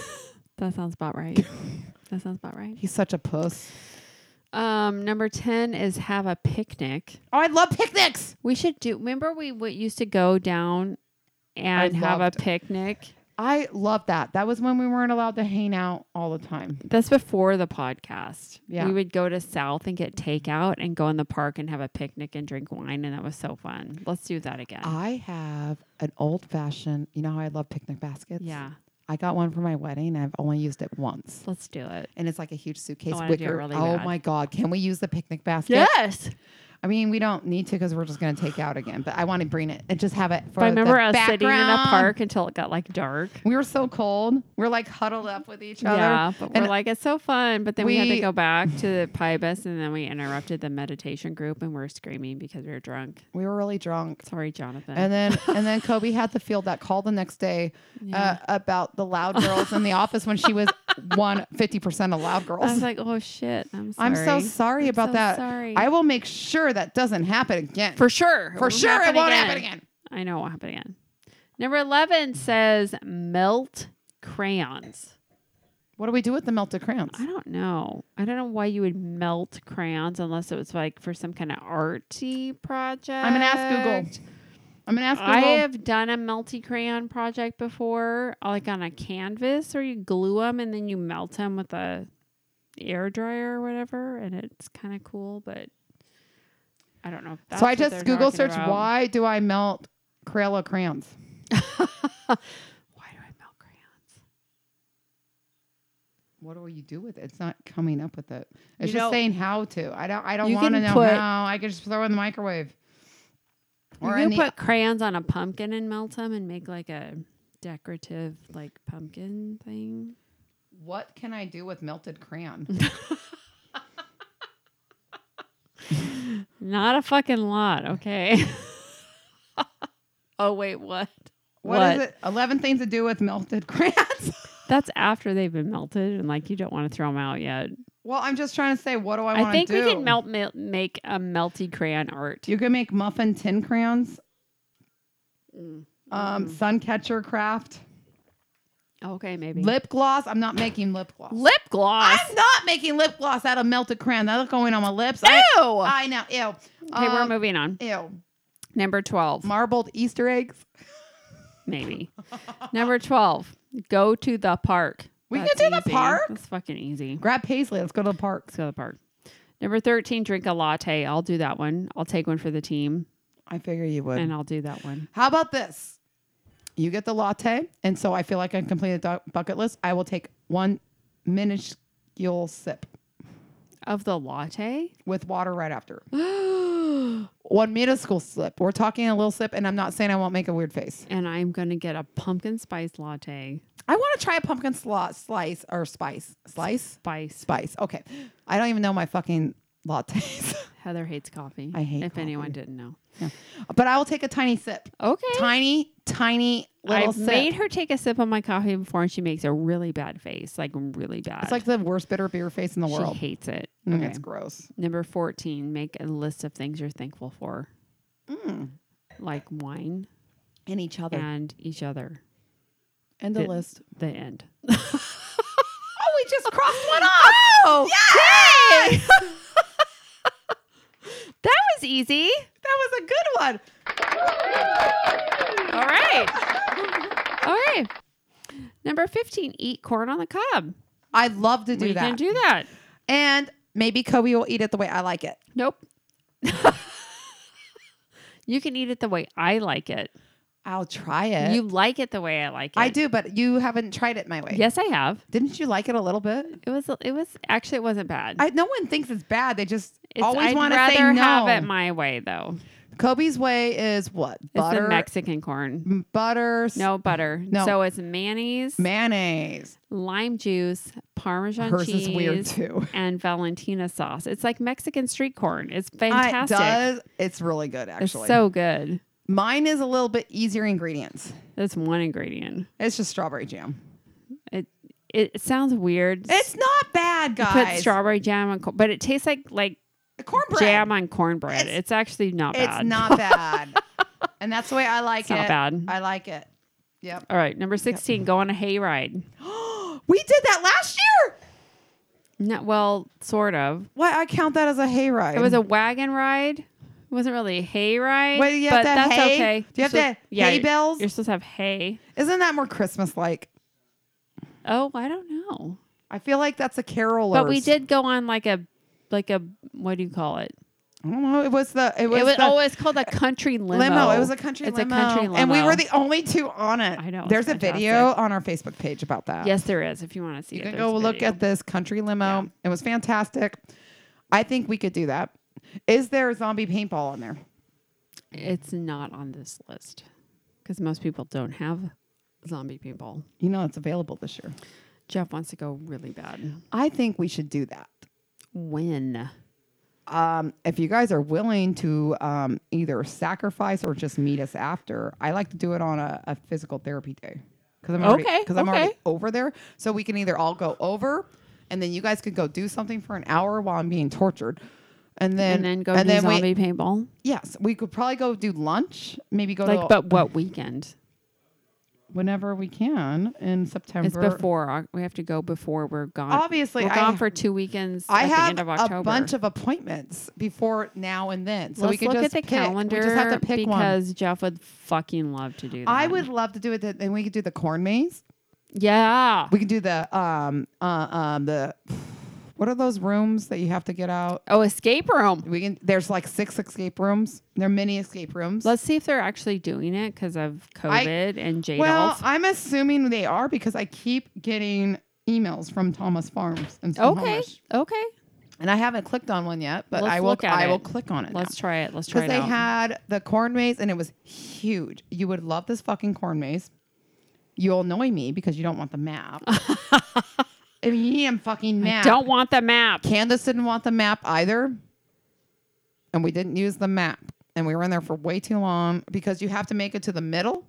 Speaker 1: That sounds about
Speaker 2: *laughs*
Speaker 1: right. that sounds about right.
Speaker 2: He's such a puss.
Speaker 1: Um, number ten is have a picnic.
Speaker 2: Oh, I love picnics.
Speaker 1: We should do. Remember, we w- used to go down and have a
Speaker 2: loved-
Speaker 1: picnic.
Speaker 2: I love that. That was when we weren't allowed to hang out all the time.
Speaker 1: That's before the podcast.
Speaker 2: Yeah.
Speaker 1: We would go to South and get takeout and go in the park and have a picnic and drink wine. And that was so fun. Let's do that again.
Speaker 2: I have an old fashioned, you know how I love picnic baskets?
Speaker 1: yeah.
Speaker 2: I got one for my wedding. I've only used it once.
Speaker 1: Let's do it.
Speaker 2: And it's like a huge suitcase
Speaker 1: wanna do it
Speaker 2: wicker.
Speaker 1: really
Speaker 2: oh
Speaker 1: bad.
Speaker 2: my God. Can we use the picnic basket?
Speaker 1: Yes.
Speaker 2: I mean, we don't need to because we're just going to take out again, but I want to bring it and just have it for
Speaker 1: But I remember
Speaker 2: the
Speaker 1: us sitting in a
Speaker 2: background.
Speaker 1: park until it got like dark.
Speaker 2: We were so cold. We're like huddled up with each other.
Speaker 1: Yeah, but we're
Speaker 2: And
Speaker 1: like, it's so fun. But then we, had to
Speaker 2: we-
Speaker 1: go back to the Pybus and then we interrupted the meditation group and we were screaming because we were drunk.
Speaker 2: we were really drunk.
Speaker 1: Sorry, Jonathan.
Speaker 2: *laughs* And then and then Kobe had the field that call the next day
Speaker 1: Yeah.
Speaker 2: uh, about the loud
Speaker 1: *laughs*
Speaker 2: girls in the office when she was one fifty percent of loud girls.
Speaker 1: I was like, oh shit. I'm sorry.
Speaker 2: I'm so sorry
Speaker 1: I'm
Speaker 2: about
Speaker 1: so
Speaker 2: that.
Speaker 1: Sorry.
Speaker 2: I will make sure that doesn't happen again.
Speaker 1: For sure.
Speaker 2: For sure, it won't happen again.
Speaker 1: I know it won't happen again. Number 11 says melt crayons.
Speaker 2: What do we do with the melted crayons?
Speaker 1: I don't know. I don't know why you would melt crayons unless it was like for some kind of arty project.
Speaker 2: I'm gonna ask Google. I'm gonna ask Google.
Speaker 1: I have done a melty crayon project before, uh, like on a canvas, or you glue them and then you melt them with a air dryer or whatever, and it's kind of cool. But I don't know. If that's
Speaker 2: so I
Speaker 1: what
Speaker 2: just
Speaker 1: they're
Speaker 2: Google
Speaker 1: talking
Speaker 2: search
Speaker 1: about.
Speaker 2: why do I melt Crayola crayons?
Speaker 1: Why do I melt crayons?
Speaker 2: What do you do with it? It's not coming up with it. It's
Speaker 1: You
Speaker 2: just
Speaker 1: know-
Speaker 2: saying how to. I don't. I don't
Speaker 1: You
Speaker 2: want to
Speaker 1: can
Speaker 2: know
Speaker 1: put-
Speaker 2: how. I could just throw it in the microwave. Or
Speaker 1: you
Speaker 2: in
Speaker 1: can
Speaker 2: the
Speaker 1: put crayons on a pumpkin and melt them and make like a decorative like pumpkin thing.
Speaker 2: What can I do with melted
Speaker 1: *laughs*
Speaker 2: crayon?
Speaker 1: Not a fucking lot,
Speaker 2: *laughs*
Speaker 1: okay. oh wait, what?
Speaker 2: what is it? 11 things to do with melted *laughs* crayons.
Speaker 1: That's after they've been melted and like you don't want to throw them out yet.
Speaker 2: well, I'm just trying to say, what do I
Speaker 1: I,
Speaker 2: want to do?
Speaker 1: think we can melt mel- make a melty crayon art.
Speaker 2: You can make muffin tin crayons,
Speaker 1: Mm.
Speaker 2: um, sun catcher craft,
Speaker 1: Okay, maybe.
Speaker 2: lip gloss. I'm not making lip gloss.
Speaker 1: Lip gloss.
Speaker 2: I'm not making lip gloss out of melted crayon. That'll go in on my lips.
Speaker 1: Ew.
Speaker 2: I,
Speaker 1: Okay,
Speaker 2: I know. Ew.
Speaker 1: we're
Speaker 2: Um,
Speaker 1: moving on.
Speaker 2: Ew.
Speaker 1: Number 12,
Speaker 2: Marbled Easter eggs.
Speaker 1: maybe. Number 12, go to the park.
Speaker 2: We can do the park.
Speaker 1: That's fucking easy.
Speaker 2: Grab Paisley. Let's go to the park.
Speaker 1: Let's go to the park. Number 13, drink a latte. I'll do that one. I'll take one for the team
Speaker 2: I figure you would.
Speaker 1: and I'll do that one.
Speaker 2: How about this? You get the latte, and so I feel like I completed the bucket list. I will take one minuscule sip
Speaker 1: Of the latte?
Speaker 2: with water
Speaker 1: *gasps*
Speaker 2: right after. one minuscule sip. We're talking a little sip, and I'm not saying I won't make a weird face.
Speaker 1: and I'm going to get a pumpkin spice latte.
Speaker 2: I want to try a pumpkin sli- slice or spice. Slice?
Speaker 1: Spice.
Speaker 2: Spice. Okay. I don't even know my fucking lattes. *laughs*
Speaker 1: Heather hates coffee.
Speaker 2: I hate
Speaker 1: If anyone
Speaker 2: coffee.
Speaker 1: didn't know.
Speaker 2: but I will take a tiny sip.
Speaker 1: Okay.
Speaker 2: Tiny, tiny little
Speaker 1: I've
Speaker 2: sip.
Speaker 1: made her take a sip of my coffee before, and she makes a really bad face, like really bad.
Speaker 2: it's like the worst bitter beer face in the
Speaker 1: she
Speaker 2: world.
Speaker 1: hates it.
Speaker 2: Mm,
Speaker 1: okay.
Speaker 2: It's gross.
Speaker 1: Number fourteen, make a list of things you're thankful for,
Speaker 2: Mm.
Speaker 1: like wine
Speaker 2: And each other.
Speaker 1: and each other.
Speaker 2: End the
Speaker 1: Didn't.
Speaker 2: list.
Speaker 1: The end.
Speaker 2: Oh, we just crossed *laughs* one off. Oh, yes!
Speaker 1: *laughs* That was easy.
Speaker 2: that was a good one.
Speaker 1: All right. All right. Number fifteen, eat corn on the cob.
Speaker 2: I love to do
Speaker 1: we
Speaker 2: that.
Speaker 1: can do that.
Speaker 2: and maybe Kobe will eat it the way I like it.
Speaker 1: Nope. *laughs* you can eat it the way I like it.
Speaker 2: I'll try it.
Speaker 1: You like it the way I like it.
Speaker 2: I do, but you haven't tried it my way.
Speaker 1: Yes, I have.
Speaker 2: Didn't you like it a little bit?
Speaker 1: It was. It was actually. It wasn't bad.
Speaker 2: I, no one thinks it's bad. They just
Speaker 1: It's-
Speaker 2: always
Speaker 1: I'd
Speaker 2: want to say
Speaker 1: rather
Speaker 2: no.
Speaker 1: have it my way, though.
Speaker 2: Kobe's way is what?
Speaker 1: It's the
Speaker 2: Butter.
Speaker 1: Mexican corn.
Speaker 2: m- butter. s-
Speaker 1: No butter.
Speaker 2: No.
Speaker 1: So it's mayonnaise,
Speaker 2: Mayonnaise.
Speaker 1: lime juice, Parmesan
Speaker 2: Hers
Speaker 1: cheese,
Speaker 2: is weird *laughs* too.
Speaker 1: and Valentina sauce. It's like Mexican street corn. It's
Speaker 2: It
Speaker 1: fantastic.
Speaker 2: does. It's really good, actually.
Speaker 1: It's so good.
Speaker 2: Mine is a little bit easier ingredients.
Speaker 1: That's one ingredient.
Speaker 2: It's just strawberry jam.
Speaker 1: It it sounds weird.
Speaker 2: It's not bad,
Speaker 1: You
Speaker 2: guys.
Speaker 1: put strawberry jam on, corn, but it tastes like like
Speaker 2: cornbread.
Speaker 1: jam on cornbread. It's,
Speaker 2: It's-
Speaker 1: actually not
Speaker 2: It's
Speaker 1: bad. *laughs*
Speaker 2: not bad. and that's the way I like
Speaker 1: It's
Speaker 2: it.
Speaker 1: not bad.
Speaker 2: I like it. Yep.
Speaker 1: All right, number sixteen. Go on a hayride.
Speaker 2: *gasps* We did that last year.
Speaker 1: No, well, sort of.
Speaker 2: Why I count that as a hayride.
Speaker 1: It was a wagon ride. It wasn't really a hay ride.
Speaker 2: Wait, do you have
Speaker 1: but
Speaker 2: to have
Speaker 1: that's
Speaker 2: hay?
Speaker 1: okay.
Speaker 2: Do you have
Speaker 1: You're supposed-
Speaker 2: to have hay bales?
Speaker 1: You're supposed to have hay.
Speaker 2: Isn't that more Christmas like?
Speaker 1: Oh, I don't know.
Speaker 2: I feel like that's a carolers.
Speaker 1: But we did go on like a like a what do you call it?
Speaker 2: I don't know. It was the it
Speaker 1: It was,
Speaker 2: was, the
Speaker 1: oh, it's called a country limo.
Speaker 2: limo. It was a country
Speaker 1: it's
Speaker 2: limo.
Speaker 1: a country limo.
Speaker 2: And we were the only two on it.
Speaker 1: I know, it's
Speaker 2: There's a
Speaker 1: fantastic.
Speaker 2: video on our Facebook page about that.
Speaker 1: yes, there is. If you want to see
Speaker 2: You
Speaker 1: it,
Speaker 2: can
Speaker 1: there's
Speaker 2: go
Speaker 1: a
Speaker 2: look
Speaker 1: video.
Speaker 2: at this country limo.
Speaker 1: Yeah.
Speaker 2: It was fantastic. I think we could do that. Is there a zombie paintball on there?
Speaker 1: It's not on this list because most people don't have zombie paintball.
Speaker 2: You know it's available this year.
Speaker 1: Jeff wants to go really bad.
Speaker 2: I think we should do that.
Speaker 1: When?
Speaker 2: Um, if you guys are willing to um, either sacrifice or just meet us after, I like to do it on a, a physical therapy day because I'm already,
Speaker 1: Okay,
Speaker 2: 'cause I'm already
Speaker 1: okay.
Speaker 2: over there. So we can either all go over, and then you guys could go do something for an hour while I'm being tortured, and then
Speaker 1: And then go do
Speaker 2: we-
Speaker 1: zombie paintball.
Speaker 2: yes, we could probably go do lunch, maybe go to
Speaker 1: Like, but what weekend?
Speaker 2: whenever we can in September.
Speaker 1: It's before Oc- we have to go before we're gone.
Speaker 2: Obviously,
Speaker 1: we're
Speaker 2: I-
Speaker 1: gone for two weekends.
Speaker 2: I
Speaker 1: at the
Speaker 2: have
Speaker 1: end of October.
Speaker 2: a bunch of appointments before now and then, so
Speaker 1: Let's
Speaker 2: we can
Speaker 1: look
Speaker 2: just
Speaker 1: at the
Speaker 2: pick.
Speaker 1: calendar.
Speaker 2: We just have to pick one.
Speaker 1: because Jeff would fucking love to do that.
Speaker 2: I would love to do it. That, then we could do the corn maze.
Speaker 1: Yeah.
Speaker 2: We could do the um uh um the what are those rooms that you have to get out?
Speaker 1: Oh, escape room.
Speaker 2: We can. There's like six escape rooms. There are many escape rooms.
Speaker 1: Let's see if they're actually doing it because of
Speaker 2: I-
Speaker 1: COVID and Jadolf.
Speaker 2: well, I'm assuming they are because I keep getting emails from Thomas Farms and
Speaker 1: okay.
Speaker 2: Snohomish.
Speaker 1: Okay.
Speaker 2: and I haven't clicked on one yet, but
Speaker 1: Let's
Speaker 2: I will.
Speaker 1: look at
Speaker 2: I will
Speaker 1: it.
Speaker 2: click on it.
Speaker 1: Let's try it. Let's try
Speaker 2: because
Speaker 1: it
Speaker 2: they
Speaker 1: out.
Speaker 2: had the corn maze and it was huge. You would love this fucking corn maze. You'll annoy me because you don't want
Speaker 1: *laughs*
Speaker 2: the map. I mean, you need a fucking map.
Speaker 1: Don't want the map.
Speaker 2: Candace didn't want the map either. And we didn't use the map. And we were in there for way too long because you have to make it to the middle,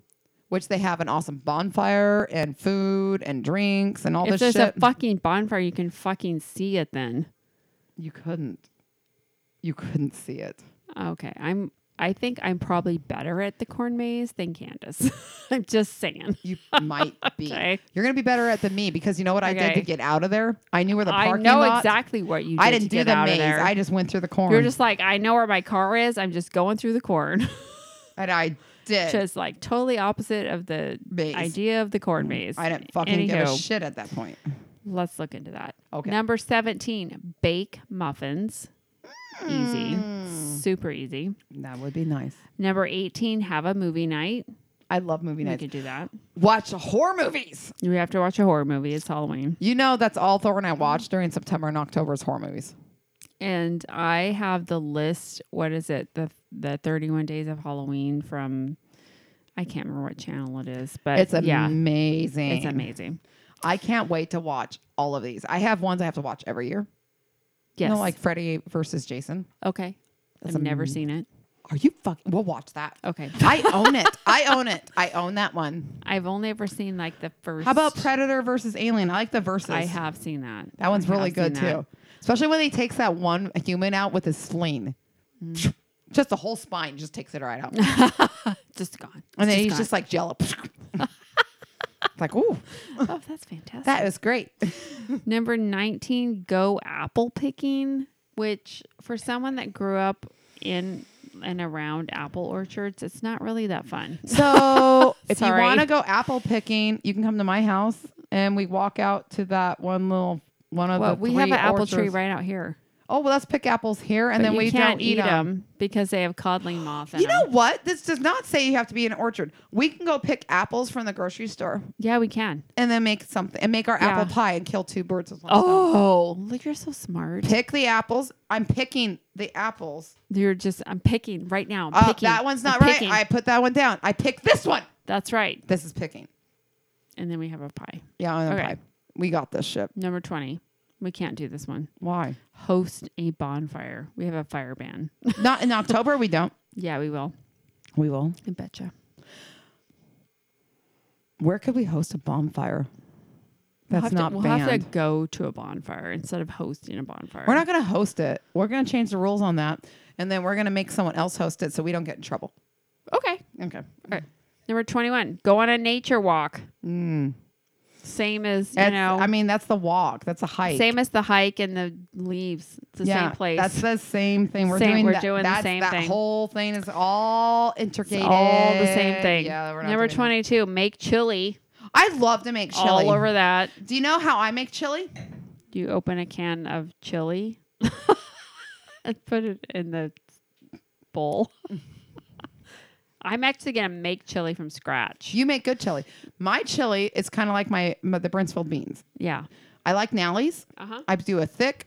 Speaker 2: which they have an awesome bonfire and food and drinks and all
Speaker 1: If
Speaker 2: this
Speaker 1: there's a
Speaker 2: shit.
Speaker 1: fucking bonfire, you can fucking see it then.
Speaker 2: you couldn't. You couldn't see it.
Speaker 1: Okay. I'm I think I'm probably better at the corn maze than Candace. *laughs* I'm just saying. *laughs*
Speaker 2: You might be.
Speaker 1: Okay.
Speaker 2: You're gonna be better at than me because you know what I did
Speaker 1: Okay.
Speaker 2: to get out of there. I knew where the
Speaker 1: I
Speaker 2: parking
Speaker 1: know
Speaker 2: lot.
Speaker 1: exactly what you did
Speaker 2: I
Speaker 1: to
Speaker 2: didn't do
Speaker 1: get
Speaker 2: the
Speaker 1: out
Speaker 2: maze.
Speaker 1: of there.
Speaker 2: I just went through the corn.
Speaker 1: You're just like, I know where my car is. I'm just going through the
Speaker 2: *laughs*
Speaker 1: corn. *laughs*
Speaker 2: and I did.
Speaker 1: just like totally opposite of the
Speaker 2: Maze. Mm,
Speaker 1: idea of the corn maze.
Speaker 2: I didn't fucking give a
Speaker 1: Anywho,
Speaker 2: shit at that point.
Speaker 1: Let's look into that.
Speaker 2: Okay.
Speaker 1: Number 17, bake muffins.
Speaker 2: Mm.
Speaker 1: Easy. Super easy.
Speaker 2: That would be nice.
Speaker 1: Number 18, have a movie night.
Speaker 2: I love movie
Speaker 1: We
Speaker 2: nights.
Speaker 1: could do that.
Speaker 2: Watch horror movies.
Speaker 1: You have to watch a horror movie. It's Halloween.
Speaker 2: You know that's all Thor and I watched during September and October is horror movies.
Speaker 1: And I have the list. What is it? The the 31 days of Halloween from I can't remember what channel it is, but
Speaker 2: It's
Speaker 1: yeah,
Speaker 2: amazing.
Speaker 1: it's amazing.
Speaker 2: I can't wait to watch all of these. I have ones I have to watch every year.
Speaker 1: Yes.
Speaker 2: You know, like Freddy versus Jason.
Speaker 1: okay. I've never seen it.
Speaker 2: Are you fucking? We'll watch that. *laughs*
Speaker 1: Okay.
Speaker 2: I own it. I own it. I own that one.
Speaker 1: I've only ever seen like the first.
Speaker 2: How about Predator versus Alien? I like the versus.
Speaker 1: I have seen that.
Speaker 2: That one's
Speaker 1: I
Speaker 2: really
Speaker 1: have seen
Speaker 2: good
Speaker 1: that.
Speaker 2: too. Especially when he takes that one human out with his sling.
Speaker 1: Mm.
Speaker 2: Just the whole spine just takes it
Speaker 1: *laughs*
Speaker 2: right out. And
Speaker 1: Just gone.
Speaker 2: then
Speaker 1: It's
Speaker 2: he's
Speaker 1: gone.
Speaker 2: just like jello. It's like, ooh,
Speaker 1: *laughs* oh, that's fantastic.
Speaker 2: that
Speaker 1: *laughs*
Speaker 2: is great.
Speaker 1: Number nineteen, go apple picking. Which for someone that grew up in and around apple orchards, it's not really that fun.
Speaker 2: So if you
Speaker 1: Sorry.
Speaker 2: want to go apple picking, you can come to my house and we walk out to that one little one of
Speaker 1: Well,
Speaker 2: the
Speaker 1: we
Speaker 2: three
Speaker 1: have an apple tree
Speaker 2: orchards.
Speaker 1: right out here.
Speaker 2: Oh well, let's pick apples here, and
Speaker 1: But
Speaker 2: then
Speaker 1: you
Speaker 2: we
Speaker 1: can't
Speaker 2: don't eat them.
Speaker 1: because they have codling moth. In
Speaker 2: You
Speaker 1: 'em.
Speaker 2: know what? This does not say you have to be in an orchard. We can go pick apples from the grocery store
Speaker 1: Yeah, we can.
Speaker 2: and then make something and make our
Speaker 1: Yeah.
Speaker 2: apple pie and kill two birds with one stone.
Speaker 1: Oh, look, you're so smart.
Speaker 2: Pick the apples. I'm picking the apples.
Speaker 1: You're just. I'm picking right now. I'm
Speaker 2: Uh,
Speaker 1: picking.
Speaker 2: that one's
Speaker 1: I'm
Speaker 2: not right.
Speaker 1: picking.
Speaker 2: I put that one down. I picked this one.
Speaker 1: That's right.
Speaker 2: This is picking.
Speaker 1: And then we have a pie.
Speaker 2: Yeah, on a
Speaker 1: Okay.
Speaker 2: pie. We got this ship.
Speaker 1: Number twenty. We can't do this one.
Speaker 2: Why?
Speaker 1: Host a bonfire. We have a fire ban.
Speaker 2: not in October. We don't.
Speaker 1: yeah, we will.
Speaker 2: We will.
Speaker 1: I betcha.
Speaker 2: Where could we host a bonfire?
Speaker 1: We'll have
Speaker 2: That's not
Speaker 1: to, we'll
Speaker 2: banned.
Speaker 1: have to go to a bonfire instead of hosting a bonfire.
Speaker 2: We're not going to host it. We're going to change the rules on that, and then we're going to make someone else host it so we don't get in trouble.
Speaker 1: Okay.
Speaker 2: Okay.
Speaker 1: All right. Number 21, go on a nature walk.
Speaker 2: Mm.
Speaker 1: Same as, you
Speaker 2: It's-
Speaker 1: know,
Speaker 2: I mean, that's the walk. That's a hike.
Speaker 1: same as the hike and the leaves. It's the
Speaker 2: Yeah,
Speaker 1: same place.
Speaker 2: That's the same thing. We're
Speaker 1: Same-
Speaker 2: doing.
Speaker 1: we're
Speaker 2: that,
Speaker 1: doing the
Speaker 2: that's-
Speaker 1: same
Speaker 2: that
Speaker 1: thing.
Speaker 2: whole thing is all
Speaker 1: It's
Speaker 2: intricated.
Speaker 1: all the same thing.
Speaker 2: Yeah. We're not
Speaker 1: Number
Speaker 2: doing that.
Speaker 1: 22, make chili.
Speaker 2: I love to make chili.
Speaker 1: All over that.
Speaker 2: Do you know how I make chili?
Speaker 1: You open a can of chili *laughs* and put it in the bowl. *laughs* I'm actually going to make chili from scratch.
Speaker 2: You make good chili. My chili is kind of like my, my the Brinsfield beans.
Speaker 1: yeah.
Speaker 2: I like Nally's.
Speaker 1: Uh-huh.
Speaker 2: I do a thick,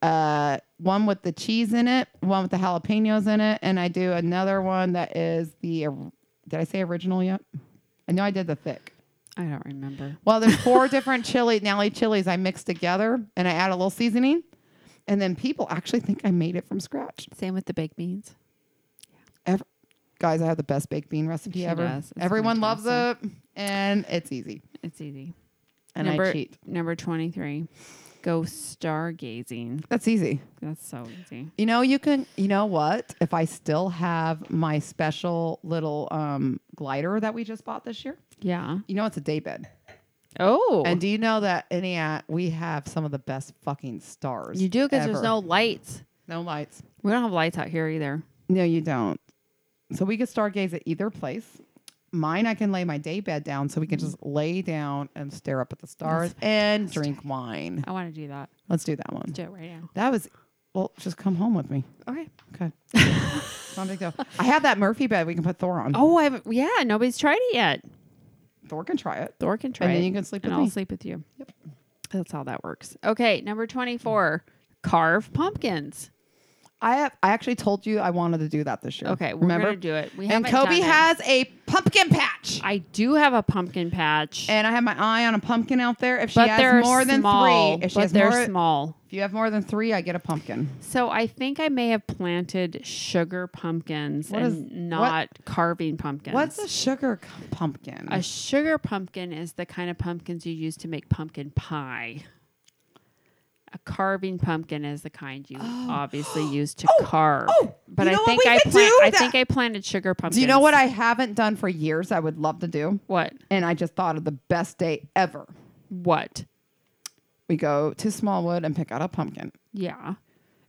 Speaker 2: uh, one with the cheese in it, one with the jalapenos in it, and I do another one that is the. or- Did I say original yet? I know I did the thick.
Speaker 1: I don't remember.
Speaker 2: Well, there's four different chili Nally chilies I mix together, and I add a little seasoning, and then people actually think I made it from scratch.
Speaker 1: Same with the baked beans.
Speaker 2: Ever, guys, I have the best baked bean recipe
Speaker 1: She
Speaker 2: ever.
Speaker 1: does. It's
Speaker 2: Everyone loves it, and it's easy.
Speaker 1: It's easy.
Speaker 2: And I
Speaker 1: number,
Speaker 2: cheat.
Speaker 1: Number 23, go stargazing.
Speaker 2: That's easy.
Speaker 1: That's so easy.
Speaker 2: You know, you can, you know what? If I still have my special little um, glider that we just bought this year,
Speaker 1: Yeah.
Speaker 2: you know, it's a daybed.
Speaker 1: Oh.
Speaker 2: And do you know that in Ant, we have some of the best fucking stars?
Speaker 1: you do because there's
Speaker 2: ever.
Speaker 1: no lights.
Speaker 2: no lights.
Speaker 1: We don't have lights out here either.
Speaker 2: No, you don't. So we could stargaze at either place. Mine, I can lay my daybed down so we can just lay down and stare up at the stars and drink wine.
Speaker 1: I want to do that.
Speaker 2: Let's do that one.
Speaker 1: Do it right now.
Speaker 2: That was, well, just come home with me.
Speaker 1: Okay. *laughs*
Speaker 2: Okay. It's not a big deal. I have that Murphy bed we can put Thor on.
Speaker 1: Oh, I have yeah. Nobody's tried it yet.
Speaker 2: Thor can try it.
Speaker 1: Thor can try
Speaker 2: and
Speaker 1: it,
Speaker 2: then you can sleep
Speaker 1: and
Speaker 2: with
Speaker 1: I'll
Speaker 2: me.
Speaker 1: sleep with you. Yep. That's how that works. Okay. Number 24, carve pumpkins.
Speaker 2: I have, I actually told you I wanted to do that this year.
Speaker 1: Okay. We're
Speaker 2: remember?
Speaker 1: gonna do it. We
Speaker 2: and
Speaker 1: haven't
Speaker 2: Kobe
Speaker 1: done it.
Speaker 2: has a pumpkin patch,
Speaker 1: I do have a pumpkin patch.
Speaker 2: and I have my eye on a pumpkin out there. If she
Speaker 1: but they're
Speaker 2: has more than
Speaker 1: small,
Speaker 2: three, if she
Speaker 1: but
Speaker 2: has
Speaker 1: they're
Speaker 2: more,
Speaker 1: small.
Speaker 2: if you have more than three, I get a pumpkin.
Speaker 1: So I think I may have planted sugar pumpkins
Speaker 2: What is-
Speaker 1: and not carving pumpkins.
Speaker 2: What's a sugar c- pumpkin?
Speaker 1: a sugar pumpkin is the kind of pumpkins you use to make pumpkin pie. A carving pumpkin is the kind you
Speaker 2: *gasps*
Speaker 1: obviously use to
Speaker 2: Oh,
Speaker 1: carve.
Speaker 2: oh,
Speaker 1: but
Speaker 2: you
Speaker 1: I
Speaker 2: know what
Speaker 1: think
Speaker 2: we
Speaker 1: I
Speaker 2: could
Speaker 1: plant,
Speaker 2: do?
Speaker 1: I
Speaker 2: That-
Speaker 1: think I planted sugar pumpkins.
Speaker 2: do you know what I haven't done for years? I would love to do,
Speaker 1: what
Speaker 2: and I just thought of the best day ever.
Speaker 1: what?
Speaker 2: We go to Smallwood and pick out a pumpkin,
Speaker 1: Yeah.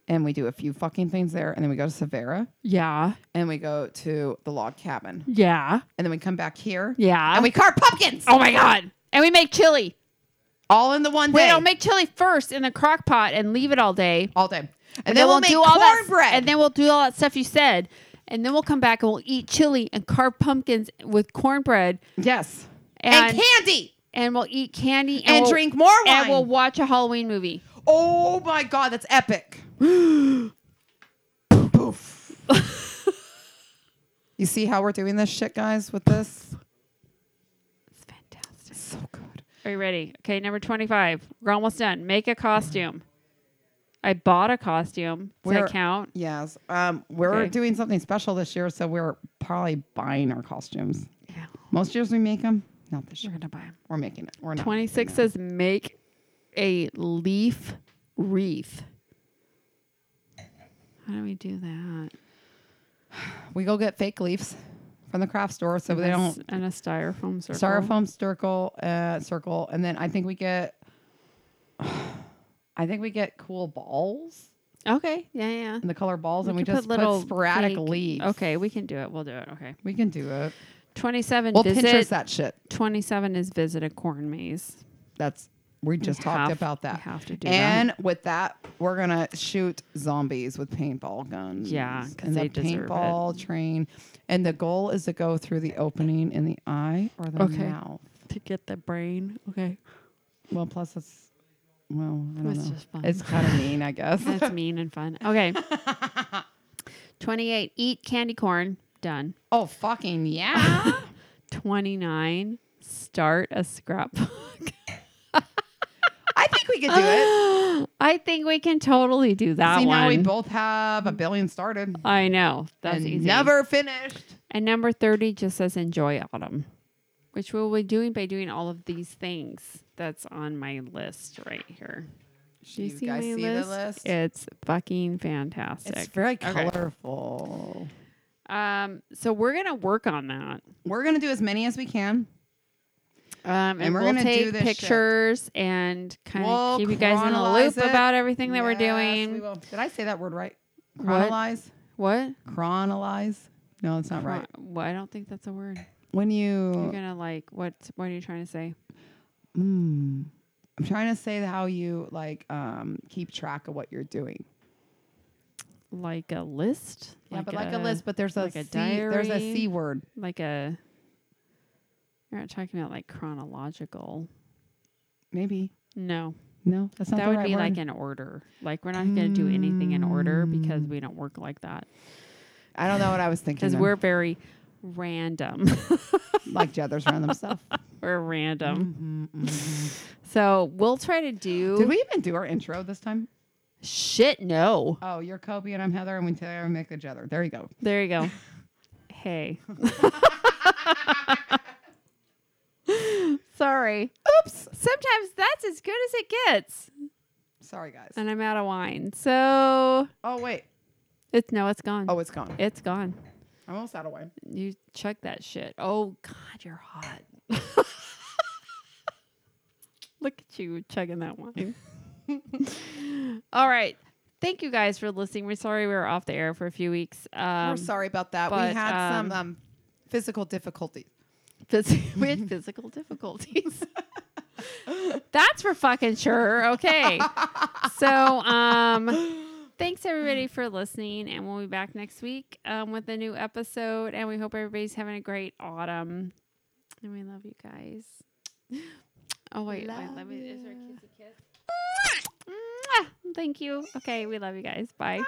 Speaker 2: and we do a few fucking things there, and then we go to Severa,
Speaker 1: Yeah.
Speaker 2: and we go to the log cabin,
Speaker 1: Yeah.
Speaker 2: and then we come back here,
Speaker 1: Yeah.
Speaker 2: and we carve pumpkins
Speaker 1: oh my god. And we make chili.
Speaker 2: all in the one
Speaker 1: We
Speaker 2: day,
Speaker 1: don't make chili first in the crock pot and leave it all day.
Speaker 2: all day, and
Speaker 1: And then,
Speaker 2: then we'll,
Speaker 1: we'll,
Speaker 2: make
Speaker 1: do all that,
Speaker 2: cornbread.
Speaker 1: and then we'll do all that stuff you said, and then we'll come back and we'll eat chili and carve pumpkins with cornbread,
Speaker 2: yes,
Speaker 1: and and,
Speaker 2: candy,
Speaker 1: we'll eat candy and,
Speaker 2: and,
Speaker 1: we'll-
Speaker 2: drink more wine.
Speaker 1: and we'll watch a Halloween movie.
Speaker 2: oh my god, that's
Speaker 1: *gasps*
Speaker 2: epic! Poof. you see how we're doing this shit, guys? With this,
Speaker 1: It's fantastic.
Speaker 2: so good.
Speaker 1: Are you ready? Okay, number twenty-five. We're almost done. Make a costume. I bought a costume. Does
Speaker 2: Where-
Speaker 1: that count?
Speaker 2: Yes, um, we're
Speaker 1: Okay.
Speaker 2: doing something special this year, so we're probably buying our costumes.
Speaker 1: Yeah,
Speaker 2: Most years we make them, not this
Speaker 1: we're
Speaker 2: year.
Speaker 1: gonna buy 'em.
Speaker 2: We're making it. We're not.
Speaker 1: Twenty-six says make a leaf wreath. How do we do that?
Speaker 2: We go get fake leaves from the craft store, so
Speaker 1: And
Speaker 2: they
Speaker 1: a
Speaker 2: don't
Speaker 1: s- and a styrofoam circle.
Speaker 2: styrofoam circle uh, circle and then i think we get *sighs* i think we get cool balls
Speaker 1: Okay. Yeah, yeah.
Speaker 2: and the color balls and we just put, sporadic
Speaker 1: fake-
Speaker 2: leaves
Speaker 1: Okay, we can do it. We'll do it. Okay.
Speaker 2: we can do it
Speaker 1: Twenty-seven.
Speaker 2: we'll
Speaker 1: visit.
Speaker 2: pinterest that shit
Speaker 1: Twenty-seven is visit a corn maze.
Speaker 2: that's We just talked
Speaker 1: have-
Speaker 2: about
Speaker 1: we
Speaker 2: that.
Speaker 1: have to do that.
Speaker 2: and with that, we're gonna shoot zombies with paintball guns.
Speaker 1: Yeah, 'cause
Speaker 2: and
Speaker 1: they
Speaker 2: the
Speaker 1: deserve it.
Speaker 2: paintball train. And the goal is to go through the opening in the eye or the
Speaker 1: Okay.
Speaker 2: mouth.
Speaker 1: to get the brain. Okay.
Speaker 2: Well, plus it's well, I don't
Speaker 1: It's
Speaker 2: know.
Speaker 1: just fun.
Speaker 2: It's kind of mean, I
Speaker 1: *laughs*
Speaker 2: guess.
Speaker 1: That's mean and fun. *laughs* Okay. 28. Eat candy corn. Done.
Speaker 2: oh fucking
Speaker 1: *laughs*
Speaker 2: yeah!
Speaker 1: 29. Start a scrapbook.
Speaker 2: I think we could do it.
Speaker 1: *laughs* I think we can totally do that
Speaker 2: See
Speaker 1: one.
Speaker 2: now we both have a billion started
Speaker 1: I know. That's
Speaker 2: and
Speaker 1: easy.
Speaker 2: never finished.
Speaker 1: And number 30 just says enjoy autumn, which we'll be doing by doing all of these things that's on my list right here. Do you, see
Speaker 2: guys
Speaker 1: my
Speaker 2: see
Speaker 1: list?
Speaker 2: the list?
Speaker 1: It's fucking fantastic.
Speaker 2: It's very
Speaker 1: Okay.
Speaker 2: colorful.
Speaker 1: Um, so we're gonna work on that.
Speaker 2: We're gonna do as many as we can.
Speaker 1: Um, and,
Speaker 2: we're
Speaker 1: we'll
Speaker 2: gonna do
Speaker 1: take
Speaker 2: this shit.
Speaker 1: pictures and kind
Speaker 2: We'll
Speaker 1: of keep you guys in the loop
Speaker 2: chronolize it.
Speaker 1: about everything that we're
Speaker 2: Yes,
Speaker 1: doing.
Speaker 2: we will. Did I say that word right?
Speaker 1: What?
Speaker 2: Chronolize.
Speaker 1: what?
Speaker 2: Chronolize. No, it's not right.
Speaker 1: Chron- Well, I don't think that's a word.
Speaker 2: When
Speaker 1: You're
Speaker 2: you,
Speaker 1: gonna like what? What are you trying to say?
Speaker 2: Mm. I'm trying to say how you like um, keep track of what you're doing.
Speaker 1: Like a list?
Speaker 2: Yeah, but like a list, but there's a
Speaker 1: like a
Speaker 2: C- there's a
Speaker 1: diary.
Speaker 2: C word.
Speaker 1: Like a. You're not talking about like chronological.
Speaker 2: Maybe.
Speaker 1: No,
Speaker 2: No, that's not
Speaker 1: that
Speaker 2: the
Speaker 1: would
Speaker 2: right
Speaker 1: be
Speaker 2: word.
Speaker 1: like an order. Like we're not gonna do anything in order
Speaker 2: Mm.
Speaker 1: because we don't work like that.
Speaker 2: I don't know what I was thinking.
Speaker 1: Because
Speaker 2: then.
Speaker 1: we're very random.
Speaker 2: like Jethers *laughs* random stuff.
Speaker 1: we're random. So we'll try to do.
Speaker 2: Mm-hmm, Did we even do our intro this time?
Speaker 1: Shit, no.
Speaker 2: Oh, you're Kobe and I'm Heather, and we together make the Jether. There you go.
Speaker 1: There you
Speaker 2: *laughs*
Speaker 1: go. hey. *laughs* Sorry.
Speaker 2: Oops.
Speaker 1: Sometimes that's as good as it gets.
Speaker 2: Sorry, guys.
Speaker 1: And I'm out of wine. So
Speaker 2: Oh wait.
Speaker 1: it's no, it's gone.
Speaker 2: Oh, it's gone.
Speaker 1: It's gone.
Speaker 2: I'm almost out of wine.
Speaker 1: You chuck that shit. Oh God, you're hot. *laughs* Look at you chugging that *laughs* wine. All right. Thank you guys for listening. We're sorry we were off the air for a few weeks. Um,
Speaker 2: We're sorry about that.
Speaker 1: but,
Speaker 2: we had
Speaker 1: um,
Speaker 2: some um, physical difficulties.
Speaker 1: phys- *laughs* we had physical difficulties. That's for fucking sure. Okay. So, um, thanks everybody for listening, and we'll be back next week um, with a new episode. And we hope everybody's having a great autumn. And we love you guys. Oh wait, wait let me. Is there a kissy kiss? Mwah! Thank you. Okay, we love you guys. Bye.